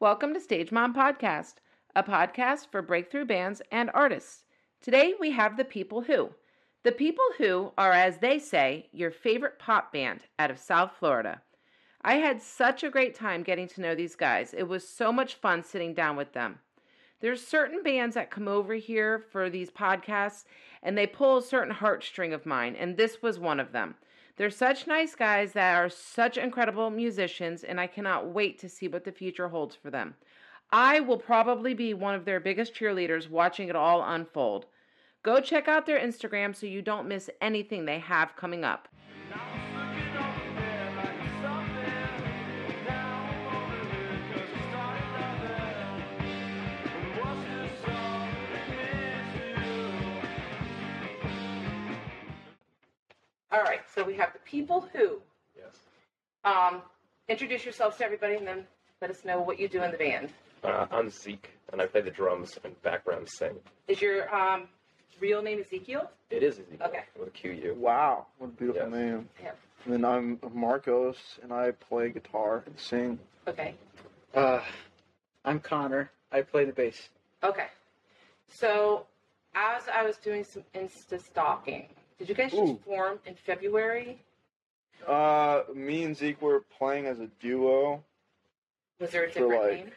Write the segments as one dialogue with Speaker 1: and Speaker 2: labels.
Speaker 1: Welcome to Stage Mom Podcast, a podcast for breakthrough bands and artists. Today we have The People Who. The People Who are, as they say, your favorite pop band out of South Florida. I had such a great time getting to know these guys. It was so much fun sitting down with them. There's certain bands that come over here for these podcasts and they pull a certain heartstring of mine, and this was one of them. They're such nice guys that are such incredible musicians, and I cannot wait to see what the future holds for them. I will probably be one of their biggest cheerleaders watching it all unfold. Go check out their Instagram so you don't miss anything they have coming up. All right, so we have the people who
Speaker 2: Yes.
Speaker 1: um, introduce yourselves to everybody and then let us know what you do in the band.
Speaker 2: Uh, I'm Zeke, and I play the drums and background sing.
Speaker 1: Is your um, real name Ezekiel?
Speaker 2: It is Ezekiel
Speaker 1: Okay.
Speaker 2: with a QU.
Speaker 3: Wow, what a beautiful
Speaker 2: Yes.
Speaker 3: name.
Speaker 1: Yeah.
Speaker 3: And then I'm Marcos, and I play guitar and sing.
Speaker 1: Okay.
Speaker 4: Uh, I'm Connor. I play the bass.
Speaker 1: Okay. So, as I was doing some Insta stalking, did you guys just
Speaker 3: Ooh.
Speaker 1: form in February?
Speaker 3: Uh, me and Zeke were playing as a duo.
Speaker 1: Was there a
Speaker 3: For,
Speaker 1: different
Speaker 3: like,
Speaker 1: name?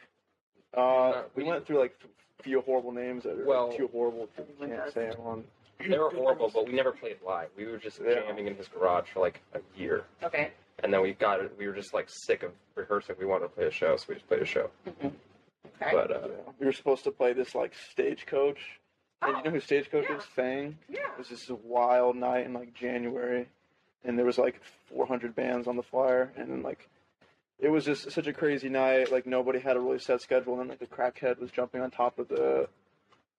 Speaker 3: Uh,
Speaker 2: Uh,
Speaker 3: we
Speaker 2: we-
Speaker 3: went through like a few horrible names that are
Speaker 2: Well-
Speaker 3: too horrible. that we Can't say on.
Speaker 2: They were horrible, but we never played live. We were just
Speaker 3: Yeah.
Speaker 2: jamming in his garage for like a year,
Speaker 1: Okay.
Speaker 2: and then we got it. We were just like sick of rehearsing. We wanted to play a show, so we just played a show.
Speaker 1: Mm-hmm. Okay.
Speaker 2: But uh,
Speaker 3: We were supposed to play this like stagecoach. And you know
Speaker 1: oh,
Speaker 3: who stagecoach
Speaker 1: yeah.
Speaker 3: is? Fang.
Speaker 1: yeah.
Speaker 3: It was just a wild night in like January, and there was like 400 bands on the flyer, and then like it was just such a crazy night. Like nobody had a really set schedule, and then like the crackhead was jumping on top of the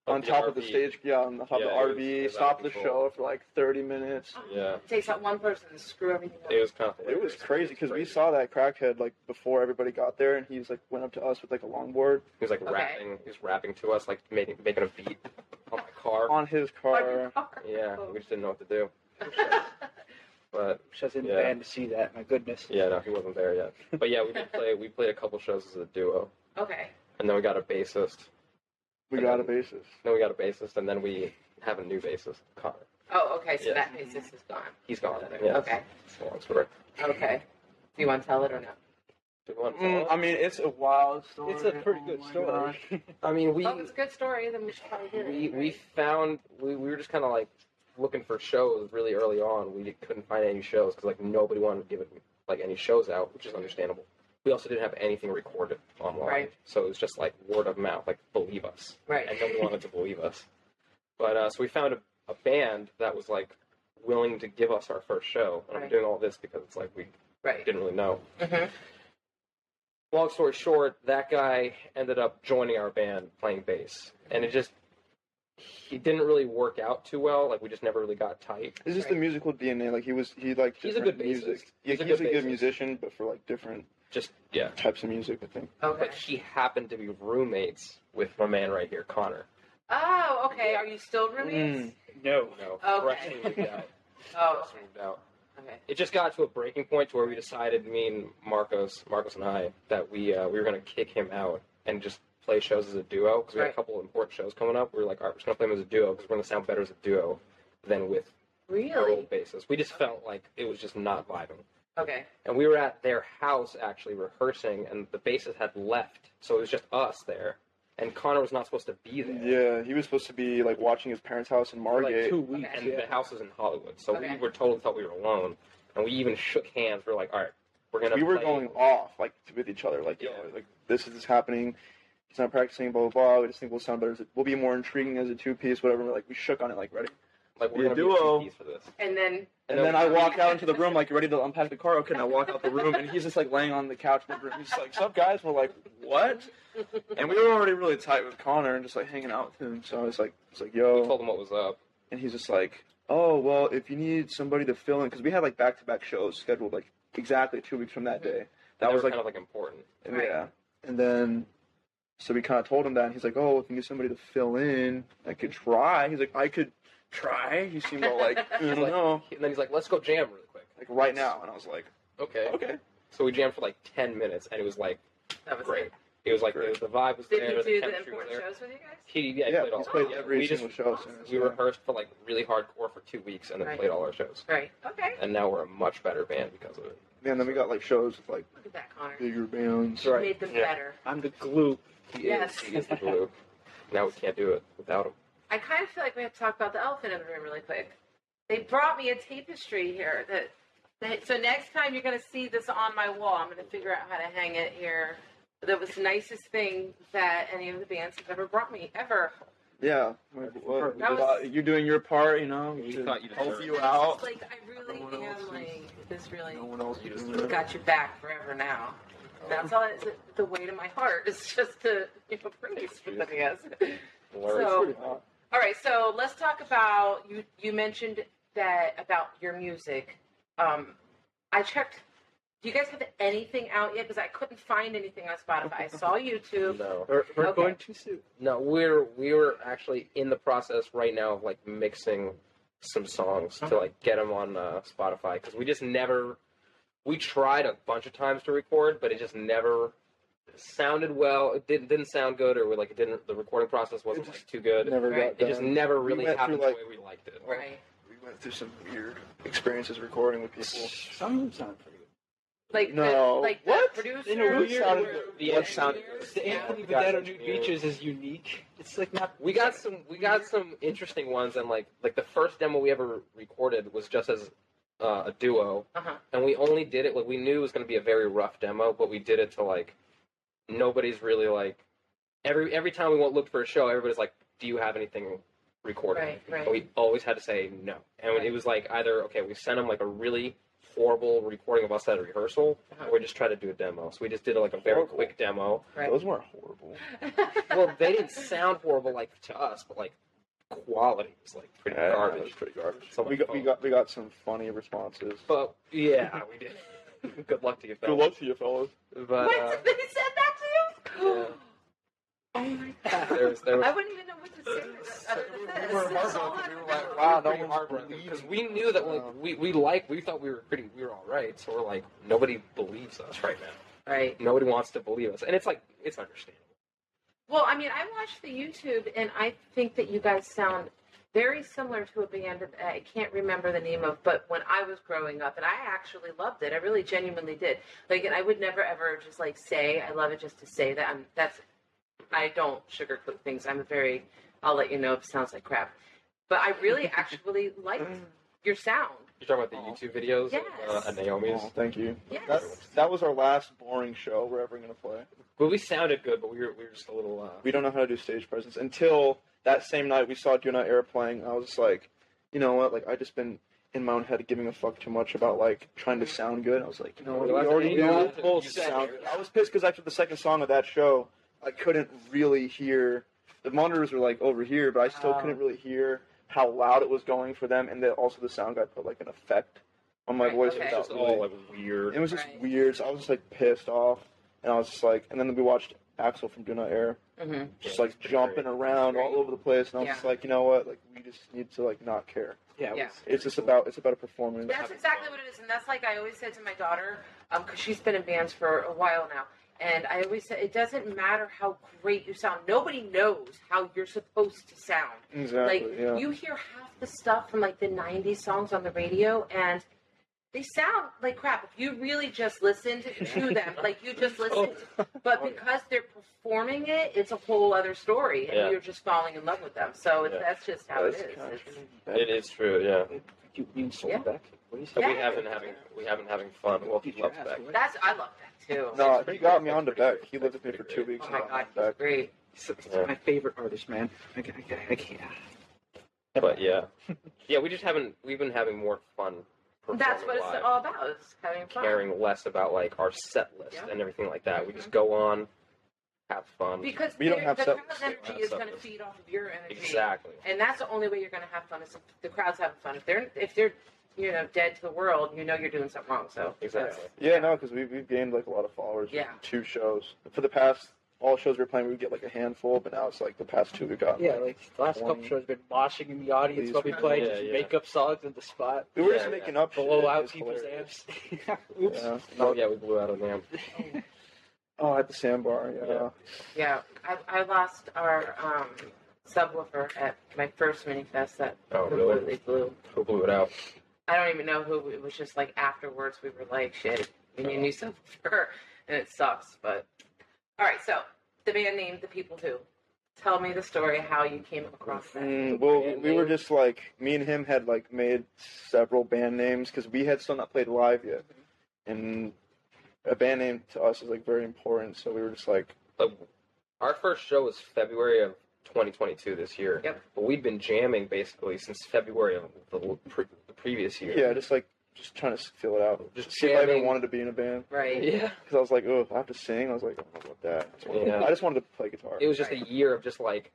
Speaker 3: on
Speaker 2: the
Speaker 3: top of the
Speaker 2: RV.
Speaker 3: stage, yeah, on the top
Speaker 2: Yeah, it
Speaker 3: of
Speaker 2: was-
Speaker 3: the
Speaker 2: it
Speaker 3: RV,
Speaker 2: was out
Speaker 3: stopped
Speaker 2: of
Speaker 3: the
Speaker 2: control.
Speaker 3: show for like 30 minutes.
Speaker 2: Yeah,
Speaker 1: It takes out one person to screw everything up.
Speaker 2: it was kind
Speaker 4: Oh,
Speaker 2: of
Speaker 3: It was crazy because we saw that crackhead like before everybody got there, and he's like went up to us with like a longboard
Speaker 2: he was like
Speaker 1: Okay.
Speaker 2: rapping. He was rapping to us, like making making a beat on my car.
Speaker 3: on his
Speaker 1: On your
Speaker 3: car.
Speaker 1: car.
Speaker 2: Yeah, we just didn't know what to do. But
Speaker 4: Wish I was in
Speaker 2: Yeah.
Speaker 4: the band to see that. My goodness.
Speaker 2: yeah, no, he wasn't there yet. But yeah, we did play. We played a couple shows as a duo,
Speaker 1: okay.
Speaker 2: and then we got a bassist.
Speaker 3: We got a basis.
Speaker 2: Then we got a bassist, and then we have a new bassist, Connor.
Speaker 1: Oh, okay. So
Speaker 2: Yeah.
Speaker 1: that basis is gone.
Speaker 2: He's gone. Yeah,
Speaker 1: Okay.
Speaker 2: It's a long story.
Speaker 1: Okay. Do you want to tell it or no?
Speaker 2: Do you want to tell
Speaker 3: Mm,
Speaker 2: it?
Speaker 3: I mean, it's a wild story. Oh
Speaker 4: It's a pretty good
Speaker 3: my
Speaker 4: story.
Speaker 3: gosh.
Speaker 2: I mean, we
Speaker 1: oh, it's a good story. Then we should probably hear
Speaker 2: we,
Speaker 1: it.
Speaker 2: we found we, we were just kind of like looking for shows really early on. We couldn't find any shows because like nobody wanted to give it like any shows out, which is understandable. We also didn't have anything recorded online,
Speaker 1: Right.
Speaker 2: so it was just like word of mouth, like believe us,
Speaker 1: right.
Speaker 2: and nobody wanted to believe us. But uh, so we found a, a band that was like willing to give us our first show, and
Speaker 1: Right.
Speaker 2: I'm doing all this because it's like we
Speaker 1: Right.
Speaker 2: didn't really know.
Speaker 1: Mhm.
Speaker 2: long story short, that guy ended up joining our band playing bass, and it just he didn't really work out too well. Like we just never really got tight.
Speaker 3: It's just
Speaker 1: Right.
Speaker 3: the musical DNA. Like he was, he liked
Speaker 2: He's a
Speaker 3: different
Speaker 2: good
Speaker 3: music.
Speaker 2: bassist.
Speaker 3: Yeah,
Speaker 2: He's a
Speaker 3: he's
Speaker 2: good
Speaker 3: a good
Speaker 2: bassist.
Speaker 3: musician, but for like different
Speaker 2: Just yeah.
Speaker 3: types of music, I think.
Speaker 1: Okay.
Speaker 2: But he happened to be roommates with my man right here, Connor.
Speaker 1: Oh, okay. Are you still
Speaker 2: Mm.
Speaker 1: roommates?
Speaker 4: No.
Speaker 2: You know,
Speaker 1: Oh. Okay.
Speaker 2: freshly moved out.
Speaker 1: Oh,
Speaker 2: freshly moved out.
Speaker 1: okay.
Speaker 2: It just got to a breaking point to where we decided, me and Marcos, Marcos and I, that we uh, we were gonna kick him out and just play shows as a duo because we had
Speaker 1: Right.
Speaker 2: a couple of important shows coming up. We were like, all right, we're just gonna play him as a duo because we're gonna sound better as a duo than with our
Speaker 1: Really?
Speaker 2: old basis. We just felt like it was just not vibing.
Speaker 1: Okay.
Speaker 2: And we were at their house actually rehearsing, and the bassist had left, so it was just us there. And Connor was not supposed to be there.
Speaker 3: Yeah, he was supposed to be like watching his parents' house in
Speaker 2: For like
Speaker 3: Margate.
Speaker 4: Two weeks.
Speaker 2: And
Speaker 4: Yeah.
Speaker 2: the house was in Hollywood, so
Speaker 1: Okay.
Speaker 2: we were totally thought we were alone. And we even shook hands. We were like, all right, we're gonna.
Speaker 3: we were
Speaker 2: play-
Speaker 3: going off like with each other, like
Speaker 2: Yeah.
Speaker 3: you know, like this is happening. He's not practicing, blah blah blah. We just think we'll sound better. As a, we'll be more intriguing as a two piece, whatever. Like we shook on it, like ready.
Speaker 2: like we're
Speaker 3: Yeah,
Speaker 2: gonna
Speaker 3: duo.
Speaker 2: be two for this.
Speaker 1: And then
Speaker 3: And, then I walk out into the room, like ready to unpack the car. Okay, and I walk out the room, and he's just like laying on the couch. In the room. He's just like, "Sup, guys?" We're like, "What?" And we were already really tight with Connor, and just like hanging out with him. So I was like, "It's like, yo."
Speaker 2: we told him what was up.
Speaker 3: and he's just like, "Oh well, if you need somebody to fill in, because we had like back-to-back shows scheduled like exactly two weeks from that day.
Speaker 2: They
Speaker 3: That
Speaker 2: were
Speaker 3: was like,
Speaker 2: kind of like important.
Speaker 1: Right.
Speaker 3: yeah." And then, so we kind of told him that, and he's like, "Oh, if you need somebody to fill in, I could try." He's like, "I could try." He seemed all like, "I
Speaker 2: He's
Speaker 3: don't
Speaker 2: like-
Speaker 3: know,"
Speaker 2: And then he's like, let's go jam really quick.
Speaker 3: like right now. And I was like,
Speaker 2: Okay.
Speaker 3: "Okay."
Speaker 2: So we jammed for like ten minutes, and it was like
Speaker 1: that was
Speaker 2: great.
Speaker 1: it.
Speaker 2: It was like it was, the vibe was there.
Speaker 1: Did he do the
Speaker 2: chemistry was
Speaker 1: important
Speaker 2: there.
Speaker 1: shows with you guys?
Speaker 2: He yeah, he
Speaker 3: Yeah,
Speaker 2: played all
Speaker 3: he's played
Speaker 2: yeah,
Speaker 3: every
Speaker 2: we just
Speaker 3: single show. since,
Speaker 2: we
Speaker 3: yeah.
Speaker 2: rehearsed for like really hardcore for two weeks and then
Speaker 1: Right.
Speaker 2: played all our shows.
Speaker 1: Right. Okay.
Speaker 2: And now we're a much better band because of it.
Speaker 3: Man, then we got like shows with like
Speaker 1: Look at that, Connor.
Speaker 3: bigger bands.
Speaker 4: That's right.
Speaker 1: Made them
Speaker 2: Yeah.
Speaker 1: better.
Speaker 4: I'm the glue.
Speaker 2: He
Speaker 1: Yes.
Speaker 2: is he is the glue. now we can't do it without him.
Speaker 1: I kind of feel like we have to talk about the elephant in the room really quick. They brought me a tapestry here that. that so next time you're going to see this on my wall, I'm going to figure out how to hang it here. That was the nicest thing that any of the bands have ever brought me ever.
Speaker 3: Yeah. Like, what-
Speaker 1: That was-
Speaker 3: You're doing your part, you know.
Speaker 2: We
Speaker 3: to
Speaker 2: thought you
Speaker 3: help
Speaker 2: deserved
Speaker 3: you
Speaker 2: it.
Speaker 3: out.
Speaker 1: Like I really
Speaker 3: No one else
Speaker 1: am like this really
Speaker 3: No one else
Speaker 2: You
Speaker 3: is
Speaker 2: just
Speaker 3: doing it.
Speaker 1: got your back forever now. That's all. It's the weight of my heart is just to you know praise for the bands.
Speaker 2: Learn.
Speaker 1: So-
Speaker 3: Pretty hot.
Speaker 1: All right, so let's talk about you. You mentioned that about your music. Um, I checked. Do you guys have anything out yet? Because I couldn't find anything on Spotify. I saw YouTube.
Speaker 2: no.
Speaker 4: We're, we're
Speaker 1: Okay.
Speaker 4: going too soon.
Speaker 2: No, we're we were actually in the process right now of like mixing some songs to like get them on uh, Spotify because we just never we tried a bunch of times to record, but it just never sounded well. It didn't didn't sound good, or we like it didn't. The recording process wasn't
Speaker 3: It just
Speaker 2: like too good.
Speaker 3: Never
Speaker 1: Right.
Speaker 3: got
Speaker 2: it
Speaker 3: done.
Speaker 2: just never
Speaker 3: We
Speaker 2: really
Speaker 3: went through,
Speaker 2: happened
Speaker 3: like-
Speaker 2: the way we liked it.
Speaker 1: Right.
Speaker 3: we went through some weird experiences recording with people.
Speaker 4: Some of them sound pretty good.
Speaker 1: Like
Speaker 3: No.
Speaker 1: The, like
Speaker 3: What?
Speaker 1: the producer.
Speaker 4: You know,
Speaker 1: or
Speaker 4: what sounded
Speaker 1: the
Speaker 2: good?
Speaker 1: engineer?
Speaker 2: What sounded good?
Speaker 4: The
Speaker 1: Yeah.
Speaker 4: Anthony
Speaker 2: Guys,
Speaker 4: Vedetto Nude
Speaker 2: yeah.
Speaker 4: Beaches is unique. It's like not.
Speaker 2: We got some we got some interesting ones, and like like the first demo we ever recorded was just as uh, a duo,
Speaker 1: Uh-huh.
Speaker 2: and we only did it like we knew it was going to be a very rough demo, but we did it to like nobody's really like every every time we went looked for a show, everybody's like, "Do you have anything recorded?"
Speaker 1: Right, right.
Speaker 2: And we always had to say no, and it was like either okay, we sent them like a really horrible recording of us at a rehearsal,
Speaker 1: Uh-huh.
Speaker 2: or just try to do a demo. So we just did like a very
Speaker 3: Horrible.
Speaker 2: quick demo,
Speaker 1: Right.
Speaker 3: Those weren't horrible.
Speaker 2: well, they didn't sound horrible like to us, but like quality was like pretty
Speaker 3: Yeah, that was
Speaker 2: garbage.
Speaker 3: pretty garbage.
Speaker 2: Someone
Speaker 3: we got we
Speaker 2: phone.
Speaker 3: got we got some funny responses.
Speaker 2: But yeah, we did. Good luck to you, fellas.
Speaker 3: to you, fellas.
Speaker 2: But
Speaker 1: what?
Speaker 2: uh,
Speaker 1: they said that to you?
Speaker 2: Yeah.
Speaker 1: Oh my god.
Speaker 2: uh, there was there was.
Speaker 1: I wouldn't even know what to say other than this.
Speaker 2: We were
Speaker 1: That's all
Speaker 2: heartbroken.
Speaker 1: I
Speaker 2: We were
Speaker 1: know.
Speaker 2: like,
Speaker 3: Wow,
Speaker 2: wow,
Speaker 3: no
Speaker 2: no
Speaker 3: one's believing.
Speaker 2: because we knew that like
Speaker 3: Wow.
Speaker 2: we we like we thought we were pretty we were all right. So we're like nobody believes us right now.
Speaker 1: Right.
Speaker 2: Nobody wants to believe us, and it's like it's understandable.
Speaker 1: Well, I mean, I watched the YouTube, and I think that you guys sound very similar to a band that I can't remember the name of, but when I was growing up, and I actually loved it. I really genuinely did. Like, and I would never ever just like say I love it just to say that. I'm, that's I don't sugarcoat things. I'm a very I'll let you know if it sounds like crap, but I really actually liked your sound.
Speaker 2: You're talking about the YouTube videos,
Speaker 1: Yes.
Speaker 2: of, uh, and Naomi's.
Speaker 3: Oh, thank you.
Speaker 1: Yes.
Speaker 3: That, that was our last boring show we're ever gonna play.
Speaker 2: But we sounded good, but we were we were just a little. Uh,
Speaker 3: We don't know how to do stage presence until that same night we saw Do Not Air playing. and I was just like, you know what? Like I just been in my own head giving a fuck too much about like trying to sound good. I was like, you know what? We
Speaker 2: Well, that's
Speaker 3: already
Speaker 2: the
Speaker 3: knew
Speaker 2: thing, you
Speaker 3: we
Speaker 2: have to-
Speaker 3: were supposed
Speaker 2: you
Speaker 3: to
Speaker 2: said-
Speaker 3: sound good. I was pissed because after the second song of that show, I couldn't really hear. The monitors were like over here, but I still
Speaker 2: Ah.
Speaker 4: Wow.
Speaker 3: couldn't really hear how loud it was going for them, and then also the sound guy put like an effect on my
Speaker 1: Right,
Speaker 3: voice.
Speaker 1: okay.
Speaker 2: It was
Speaker 3: without
Speaker 2: just
Speaker 3: really-
Speaker 2: all like weird.
Speaker 3: it was just
Speaker 1: Right.
Speaker 3: weird. So I was just like pissed off, and I was just like, and then we watched Axel from Do Not Air,
Speaker 1: Mm-hmm.
Speaker 3: just
Speaker 2: Yeah,
Speaker 3: like
Speaker 2: it's pretty
Speaker 3: jumping
Speaker 2: great.
Speaker 3: around all
Speaker 1: Great.
Speaker 3: over the place, and I was
Speaker 1: Yeah.
Speaker 3: just like, you know what? Like we just need to like not care.
Speaker 4: Yeah.
Speaker 1: Yeah.
Speaker 3: It's just about it's about a performance.
Speaker 1: That's exactly what it is, and that's like I always said to my daughter, because she's been in bands for a while now, and I always said it doesn't matter how great you sound. Nobody knows how you're supposed to sound.
Speaker 3: Exactly.
Speaker 1: like
Speaker 3: yeah.
Speaker 1: you hear half the stuff from like the '90s songs on the radio, and they sound like crap. If you really just listened to them, like you just
Speaker 3: Oh.
Speaker 1: listened, but because they're performing it, it's a whole other story, and
Speaker 2: Yeah.
Speaker 1: you're just falling in love with them. So it's,
Speaker 2: Yeah.
Speaker 1: that's just how it
Speaker 3: That's
Speaker 1: is.
Speaker 3: kind of
Speaker 1: It's-
Speaker 3: true.
Speaker 2: It is true, yeah.
Speaker 4: You mean
Speaker 1: Yeah.
Speaker 4: Solbeck? What do you say?
Speaker 2: And
Speaker 1: Yeah.
Speaker 2: we have been having we have been having fun. Well, he
Speaker 4: Beat your
Speaker 2: loves
Speaker 4: ass,
Speaker 2: Beck.
Speaker 4: boy.
Speaker 1: that's I love that too.
Speaker 3: No,
Speaker 2: That's
Speaker 3: he
Speaker 2: pretty
Speaker 3: got
Speaker 2: great.
Speaker 3: me onto
Speaker 2: That's
Speaker 3: Beck.
Speaker 2: pretty
Speaker 3: He
Speaker 2: great.
Speaker 3: lived with me for
Speaker 2: That's
Speaker 3: two
Speaker 2: pretty
Speaker 3: weeks.
Speaker 1: Oh my
Speaker 3: and I
Speaker 1: god,
Speaker 3: got
Speaker 1: he's
Speaker 3: Beck.
Speaker 1: great.
Speaker 4: He's, he's
Speaker 2: Yeah.
Speaker 4: my favorite artist, man. I, ca- I, ca- I can't.
Speaker 2: But yeah, yeah, we just haven't we've been having more fun.
Speaker 1: That's
Speaker 2: performing
Speaker 1: what it's
Speaker 2: live,
Speaker 1: all about. It's having fun.
Speaker 2: Caring less about like our set list
Speaker 1: Yeah. Mm-hmm.
Speaker 2: and everything like that. We just go on, have fun.
Speaker 1: Because
Speaker 3: We don't
Speaker 1: the-
Speaker 3: have
Speaker 1: the
Speaker 3: set-
Speaker 1: crowd's
Speaker 2: we don't
Speaker 1: energy
Speaker 2: have
Speaker 1: is
Speaker 2: set
Speaker 1: going to
Speaker 2: list.
Speaker 1: feed off of your energy.
Speaker 2: exactly.
Speaker 1: And that's the only way you're going to have fun is if the crowd's having fun. If they're if they're you know dead to the world, you know you're doing something wrong. So
Speaker 2: Exactly.
Speaker 1: that's-
Speaker 3: Yeah, no, because we we've gained like a lot of followers. with
Speaker 1: Yeah.
Speaker 3: Two shows for the past all shows we were playing, we would get like a handful, but now it's like the past two we got.
Speaker 4: Yeah, like the last couple
Speaker 3: Twenty.
Speaker 4: shows, been moshing in the audience
Speaker 3: Please,
Speaker 4: while we
Speaker 1: man.
Speaker 4: played,
Speaker 2: Yeah,
Speaker 4: just
Speaker 2: yeah.
Speaker 4: make up songs on the spot,
Speaker 3: we were
Speaker 2: Yeah,
Speaker 3: just making up shit.
Speaker 4: blow out
Speaker 3: It's
Speaker 4: people's
Speaker 3: hilarious.
Speaker 4: amps. Oops.
Speaker 3: Yeah.
Speaker 2: Oh yeah, we blew out on them.
Speaker 3: Oh, at the sandbar. Yeah.
Speaker 2: Yeah.
Speaker 1: Yeah, I, I lost our um, subwoofer at my first mini fest that
Speaker 2: Oh,
Speaker 1: completely
Speaker 2: really?
Speaker 1: blew.
Speaker 2: Who blew it out?
Speaker 1: I don't even know who. It was just like afterwards we were like, shit, we need a new subwoofer, and it sucks. But all right, so the band named the People Who. Tell me the story of how you came across
Speaker 2: Mm-hmm.
Speaker 1: that.
Speaker 3: Mm, well,
Speaker 2: Band
Speaker 3: we were
Speaker 2: name.
Speaker 3: just like me and him had like made several band names because we had still not played live yet, and a band name to us is like very important. So we were just like,
Speaker 2: Like, our first show was February of 2022 this year.
Speaker 1: Yep.
Speaker 2: But we've been jamming basically since February of the, pre- the previous year.
Speaker 3: yeah, just like just trying to feel it out.
Speaker 2: Just
Speaker 3: See if I even
Speaker 2: jamming.
Speaker 3: wanted to be in a band
Speaker 1: Right.
Speaker 2: Yeah.
Speaker 3: because I was like, oh, if I have to sing. I was like, I don't know about that. I just wanted,
Speaker 2: Yeah.
Speaker 3: I just wanted to play guitar.
Speaker 2: It was just a year of just like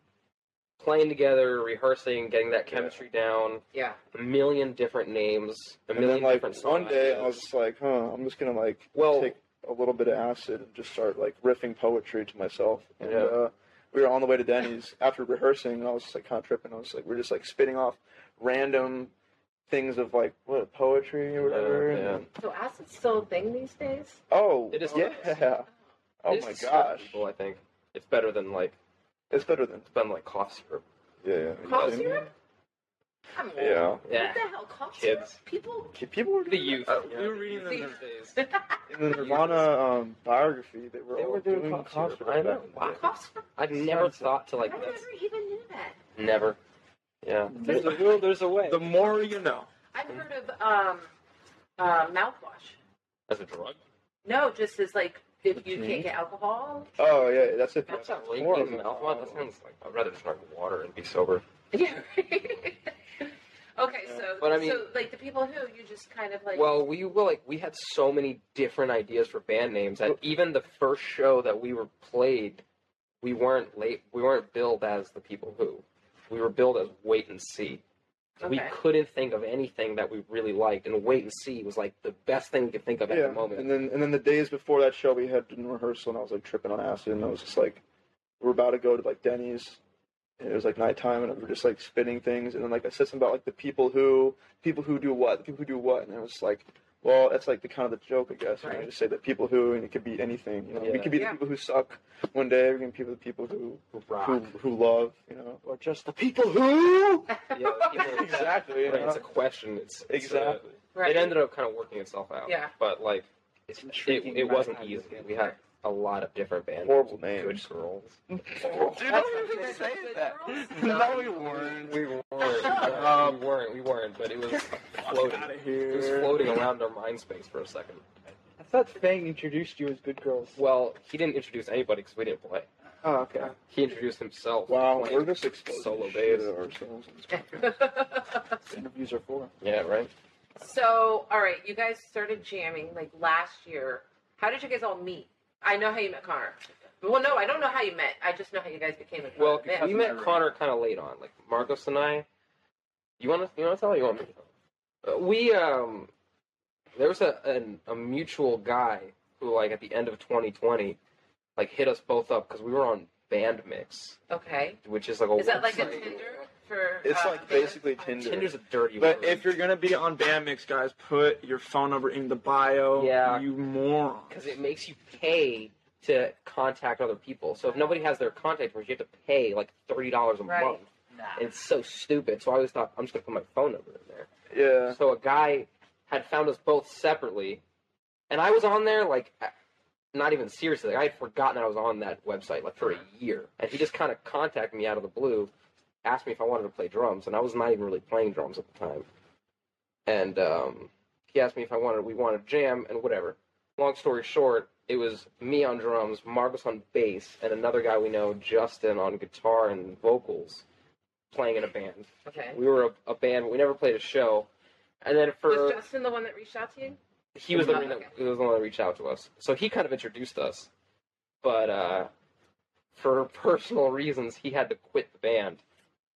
Speaker 2: playing together, rehearsing, getting that chemistry down,
Speaker 1: Yeah.
Speaker 2: a million different names, a
Speaker 3: and
Speaker 2: million
Speaker 3: then like
Speaker 2: different song
Speaker 3: one day, I
Speaker 2: ideas.
Speaker 3: was just like, huh, I'm just gonna like
Speaker 2: well,
Speaker 3: take a little bit of acid and just start like riffing poetry to myself. And
Speaker 2: Yeah.
Speaker 3: uh, we were on the way to Denny's after rehearsing. I was just, like kind of tripping. I was like, we're just like spitting off random things of like what poetry or whatever.
Speaker 2: Yeah,
Speaker 3: and
Speaker 2: yeah.
Speaker 3: then-
Speaker 1: So acid's still a thing these days.
Speaker 3: oh,
Speaker 2: It is-
Speaker 3: yeah. Oh
Speaker 2: It
Speaker 3: my
Speaker 2: is to certain
Speaker 3: gosh,
Speaker 2: People, I think it's better than like
Speaker 3: it's better than
Speaker 2: it's been like cough syrup.
Speaker 3: yeah. yeah.
Speaker 1: Cough syrup? I'm old.
Speaker 3: Yeah.
Speaker 1: What the hell? Cough syrup?
Speaker 2: Kids.
Speaker 1: People.
Speaker 3: Ki- People were
Speaker 2: The youth.
Speaker 3: Uh,
Speaker 2: we were reading
Speaker 1: them
Speaker 2: these
Speaker 1: these
Speaker 2: days.
Speaker 3: in the Nirvana um, biography. They were
Speaker 2: They
Speaker 3: all
Speaker 2: were doing cough syrup. I know.
Speaker 3: back in the
Speaker 2: Wow.
Speaker 3: day.
Speaker 1: cough syrup?
Speaker 2: I've never thought to
Speaker 1: I
Speaker 2: like
Speaker 1: never
Speaker 2: that's
Speaker 1: even knew that.
Speaker 2: never. Yeah.
Speaker 3: There's a
Speaker 2: will. There's a way.
Speaker 3: The more you know.
Speaker 1: I've heard of um, uh, mouthwash.
Speaker 2: As a drug.
Speaker 1: No, just as like if you
Speaker 3: Mhm.
Speaker 1: can't get alcohol.
Speaker 3: Oh yeah, that's it.
Speaker 2: That's not
Speaker 3: More
Speaker 2: drinking
Speaker 3: of a
Speaker 2: mouthwash. That
Speaker 3: problem.
Speaker 2: sounds like I'd rather just drink water and be sober.
Speaker 1: Yeah. okay,
Speaker 3: Yeah.
Speaker 1: so
Speaker 2: But I mean-
Speaker 1: so like the people who you just kind of like.
Speaker 2: Well, we were like we had so many different ideas for band names that even the first show that we were played, we weren't late. We weren't billed as the people who. We were billed as Wait and See. We
Speaker 1: Okay.
Speaker 2: couldn't think of anything that we really liked, and Wait and See was like the best thing we could think of at the moment.
Speaker 3: And then and then the days before that show, we had in rehearsal, and I was like tripping on acid, and I was just like, we're about to go to like Denny's, and it was like nighttime, and we were just like spinning things, and then like I said something about like the people who people who do what, the people who do what, and I was like. Well, that's like the kind of the joke, I guess. You know,
Speaker 1: Right.
Speaker 3: just say the people who, and it could be anything. You know, we
Speaker 2: Yeah.
Speaker 3: could be
Speaker 1: Yeah.
Speaker 3: the people who suck one day. We can be the people who who,
Speaker 2: Rock.
Speaker 3: who love. You know, or just the people who.
Speaker 2: Yeah, people like that.
Speaker 3: exactly. you
Speaker 2: Right,
Speaker 3: know?
Speaker 2: It's a question. It's, it's
Speaker 3: Exactly.
Speaker 2: uh,
Speaker 1: right.
Speaker 2: It ended up kind of working itself out.
Speaker 1: Yeah.
Speaker 2: But like,
Speaker 4: It's
Speaker 2: it,
Speaker 4: intriguing,
Speaker 2: it
Speaker 4: right?
Speaker 2: wasn't
Speaker 4: I
Speaker 2: easy.
Speaker 4: just get-
Speaker 2: We had a lot of different band
Speaker 3: Horrible
Speaker 2: names,
Speaker 3: names.
Speaker 2: Good girls.
Speaker 3: Dude,
Speaker 1: don't even say that. No, we
Speaker 3: weren't.
Speaker 2: We weren't. uh, we weren't. We weren't. But it was floating. It was floating around our mind space for a second.
Speaker 4: I thought Fang introduced you as good girls.
Speaker 2: Well, he didn't introduce anybody because we didn't play.
Speaker 4: Oh, okay.
Speaker 2: He introduced himself.
Speaker 3: Wow,
Speaker 2: Like,
Speaker 3: we're just exposing
Speaker 2: Solo
Speaker 3: the shit
Speaker 2: bass.
Speaker 3: out of ourselves. That's what interviews are for.
Speaker 2: yeah, right.
Speaker 1: so, all right, you guys started jamming like last year. How did you guys all meet? I know how you met Connor. Well, no, I don't know how you met. I just know how you guys became a
Speaker 2: Well,
Speaker 1: band.
Speaker 2: we met Connor kind of late on, like Marcos and I. You want to? You want to tell? Or you want me? to tell? Uh, we um, there was a an, a mutual guy who like at the end of 2020, like hit us both up because we were on Bandmix,
Speaker 1: Okay.
Speaker 2: which is like a
Speaker 1: Is that like a
Speaker 2: website.
Speaker 1: Tinder for?
Speaker 3: It's
Speaker 1: uh,
Speaker 3: like basically Tinder.
Speaker 2: Tinder's a dirty
Speaker 3: But
Speaker 2: word.
Speaker 3: if you're gonna be on Bandmix, guys, put your phone number in the bio.
Speaker 2: Yeah.
Speaker 3: You moron.
Speaker 2: because it makes you pay to contact other people. So if nobody has their contact numbers, you have to pay like thirty dollars a
Speaker 1: Right.
Speaker 2: month. And it's so stupid. So I always thought I'm just gonna put my phone number in there.
Speaker 3: Yeah.
Speaker 2: So a guy had found us both separately, and I was on there like, not even seriously. Like, I had forgotten I was on that website like for a year, and he just kind of contacted me out of the blue, asked me if I wanted to play drums, and I was not even really playing drums at the time. And um, he asked me if I wanted we wanted to jam and whatever. Long story short, it was me on drums, Marcus on bass, and another guy we know, Justin, on guitar and vocals, playing in a band.
Speaker 1: Okay.
Speaker 2: We were a, a band, but we never played a show. And then
Speaker 1: Was
Speaker 2: for
Speaker 1: Justin the one that reached out to you?
Speaker 2: he was the
Speaker 1: Oh,
Speaker 2: one that
Speaker 1: okay.
Speaker 2: he was the one that reached out to us, so he kind of introduced us. But uh, for personal reasons, he had to quit the band.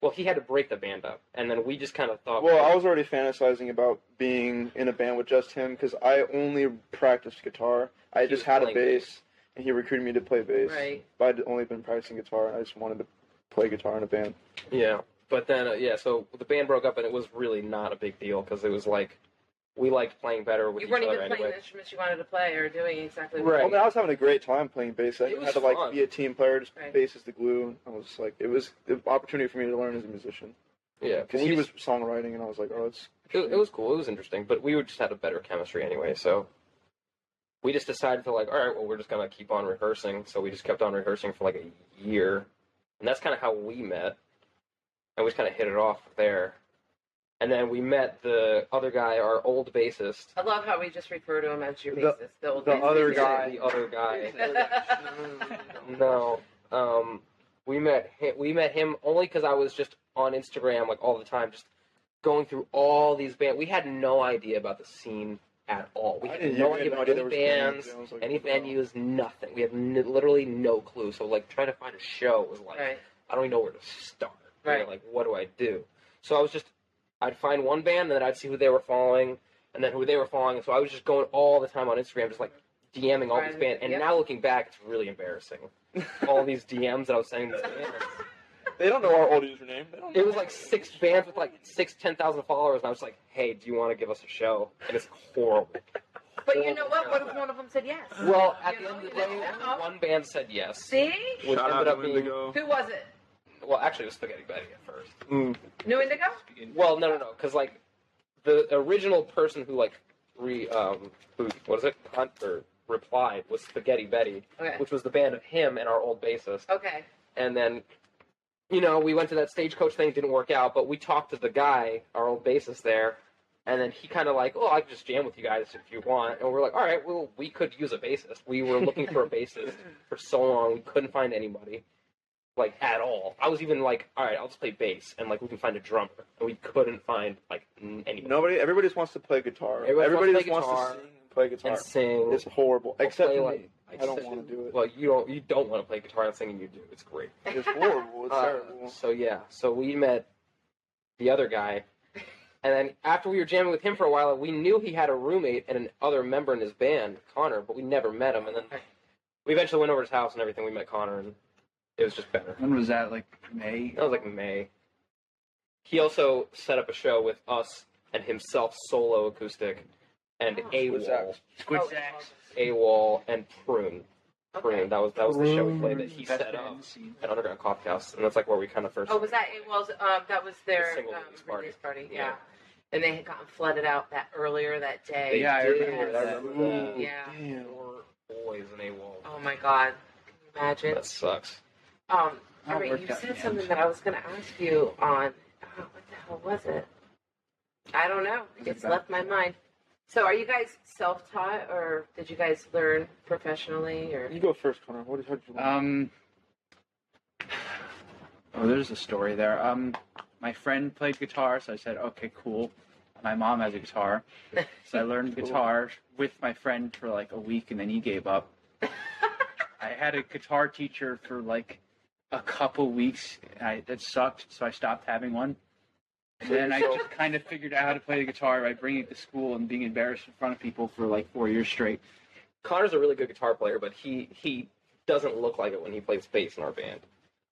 Speaker 2: Well, he had to break the band up, and then we just kind of thought,
Speaker 3: Well, I was already fantasizing about being in a band with just him because I only practiced guitar. I
Speaker 2: He
Speaker 3: just
Speaker 2: was
Speaker 3: had a
Speaker 2: playing
Speaker 3: bass, and he recruited me to play bass.
Speaker 1: Right.
Speaker 3: But I'd only been practicing guitar, and I just wanted to play guitar in a band.
Speaker 2: yeah. But then uh, yeah, so the band broke up, and it was really not a big deal because it was like we liked playing better with
Speaker 1: You
Speaker 2: each
Speaker 1: weren't
Speaker 2: other
Speaker 1: even playing
Speaker 2: anyway.
Speaker 1: the instruments you wanted to play or doing exactly
Speaker 2: Right.
Speaker 3: I mean, I was having a great time playing bass. I
Speaker 2: It was
Speaker 3: had to like
Speaker 2: fun.
Speaker 3: be a team player. Just
Speaker 1: Right.
Speaker 3: bass is the glue. I was just like, it was an opportunity for me to learn as a musician
Speaker 2: Yeah,
Speaker 3: because
Speaker 2: we
Speaker 3: he
Speaker 2: just-
Speaker 3: was songwriting, and I was like, oh, it's
Speaker 2: It, it was cool. It was interesting, but we would just had a better chemistry anyway. So we just decided to like, all right, well, we're just gonna keep on rehearsing. So we just kept on rehearsing for like a year, and that's kind of how we met, and we just kind of hit it off there. And then we met the other guy, our old bassist,
Speaker 1: I love how we just refer to him as your
Speaker 3: The-
Speaker 1: bassist. The, old
Speaker 3: the
Speaker 1: bassist.
Speaker 3: other
Speaker 2: Yeah,
Speaker 3: guy.
Speaker 2: the other guy.
Speaker 1: guy.
Speaker 2: No, um, we met him, we met him only because I was just on Instagram like all the time, just going through all these bands. We had no idea about the scene at all. We
Speaker 3: I
Speaker 2: had
Speaker 3: didn't
Speaker 2: no idea
Speaker 3: even
Speaker 2: about
Speaker 3: know
Speaker 2: any
Speaker 3: there was
Speaker 2: bands,
Speaker 3: I was like,
Speaker 2: any
Speaker 3: wow.
Speaker 2: venues, nothing. We had n- literally no clue. So like trying to find a show was like
Speaker 1: Right.
Speaker 2: I don't even know where to start. You know,
Speaker 1: Right.
Speaker 2: like what do I do? So I was just I'd find one band and then I'd see who they were following and then who they were following. So I was just going all the time on Instagram, just like DMing all these
Speaker 1: Right.
Speaker 2: bands. And
Speaker 1: Yep.
Speaker 2: now looking back, it's really embarrassing. all these DMs that I was sending these bands.
Speaker 3: They don't know our old username. They don't know.
Speaker 2: It was like six bands with like six, ten thousand followers, and I was like, "Hey, do you want to give us a show?" And it's horrible.
Speaker 1: But you know what? What if one of them said yes?
Speaker 2: Well,
Speaker 1: You
Speaker 2: at the
Speaker 1: know,
Speaker 2: end of the
Speaker 1: you
Speaker 2: day,
Speaker 1: never know.
Speaker 2: one band said yes.
Speaker 1: See?
Speaker 2: Which
Speaker 5: Shout
Speaker 2: ended
Speaker 5: out to
Speaker 2: up being,
Speaker 5: Wendigo.
Speaker 1: Who was it?
Speaker 2: well, actually, it was Spaghetti Betty at first.
Speaker 3: Mm.
Speaker 1: New Indigo?
Speaker 2: Well, no, no, no, because like the original person who like re um who what is it Hunt or replied was Spaghetti Betty,
Speaker 1: Okay.
Speaker 2: which was the band of him and our old bassist.
Speaker 1: Okay.
Speaker 2: And then, you know, we went to that stagecoach thing, didn't work out, but we talked to the guy, our old bassist there, and then he kind of like, oh, I can just jam with you guys if you want. And we're like, all right, well, we could use a bassist. We were looking for a bassist for so long, we couldn't find anybody, like, at all. I was even like, all right, I'll just play bass, and like, we can find a drummer. And we couldn't find, like, n- anybody.
Speaker 3: Nobody. Everybody just wants to play guitar.
Speaker 2: Everybody wants
Speaker 3: Everybody
Speaker 2: to
Speaker 3: just
Speaker 2: play
Speaker 3: wants
Speaker 2: guitar.
Speaker 3: to sing and play guitar.
Speaker 2: And sing.
Speaker 3: It's horrible.
Speaker 2: Or
Speaker 3: Except
Speaker 2: play,
Speaker 3: for
Speaker 2: like,
Speaker 3: me. I don't
Speaker 2: except-
Speaker 3: want to do it.
Speaker 2: Well, you don't you don't want to play guitar and sing, and you do. It's great.
Speaker 3: It's
Speaker 1: Oh,
Speaker 3: horrible. It's
Speaker 2: Uh,
Speaker 3: terrible.
Speaker 2: So yeah, so we met the other guy, and then after we were jamming with him for a while, we knew he had a roommate and another member in his band, Connor, but we never met him. And then we eventually went over to his house and everything. We met Connor, and it was just better.
Speaker 4: When was that? Like May?
Speaker 2: That was like May. He also set up a show with us and himself solo acoustic, and
Speaker 1: Oh.
Speaker 2: a
Speaker 3: What's that?
Speaker 2: wall,
Speaker 4: Squid
Speaker 1: Oh,
Speaker 4: Sacks.
Speaker 2: a wall, and prune. Prune. That was that was the show we played that he um, set
Speaker 4: Best band in
Speaker 2: up
Speaker 4: the scene.
Speaker 2: at Underground Coffee House, and that's like where we kind of first.
Speaker 1: Oh, was that it? Was um, that was their
Speaker 2: The single
Speaker 1: um,
Speaker 2: release party.
Speaker 1: release party? Yeah.
Speaker 2: Yeah.
Speaker 1: And they had gotten flooded out that earlier that day.
Speaker 4: Yeah, I
Speaker 2: did.
Speaker 4: remember
Speaker 2: I
Speaker 4: that.
Speaker 2: remember that.
Speaker 1: Yeah.
Speaker 3: Damn.
Speaker 2: Four boys in a wall.
Speaker 1: Oh my God. Can you imagine?
Speaker 2: That sucks.
Speaker 1: Um,
Speaker 4: How it
Speaker 1: all right,
Speaker 4: worked
Speaker 1: you
Speaker 4: out in
Speaker 1: said
Speaker 4: the
Speaker 1: something
Speaker 4: end.
Speaker 1: that I was going to ask you on. Oh, what the hell was it? I don't know.
Speaker 4: Was it
Speaker 1: It's
Speaker 4: about-
Speaker 1: left my mind. So, are you guys self-taught, or did you guys learn professionally? Or
Speaker 3: You go first, Connor. What did how did you?
Speaker 4: Um. Oh, there's a story there. Um, my friend played guitar, so I said, "Okay, cool." My mom has a guitar, so I learned
Speaker 3: Cool.
Speaker 4: guitar with my friend for like a week, and then he gave up. I had a guitar teacher for like a couple weeks. And I, that sucked, so I stopped having one. And then I just kind of figured out how to play the guitar by bringing it to school and being embarrassed in front of people for like four years straight.
Speaker 2: Connor's a really good guitar player, but he he doesn't look like it when he plays bass in our band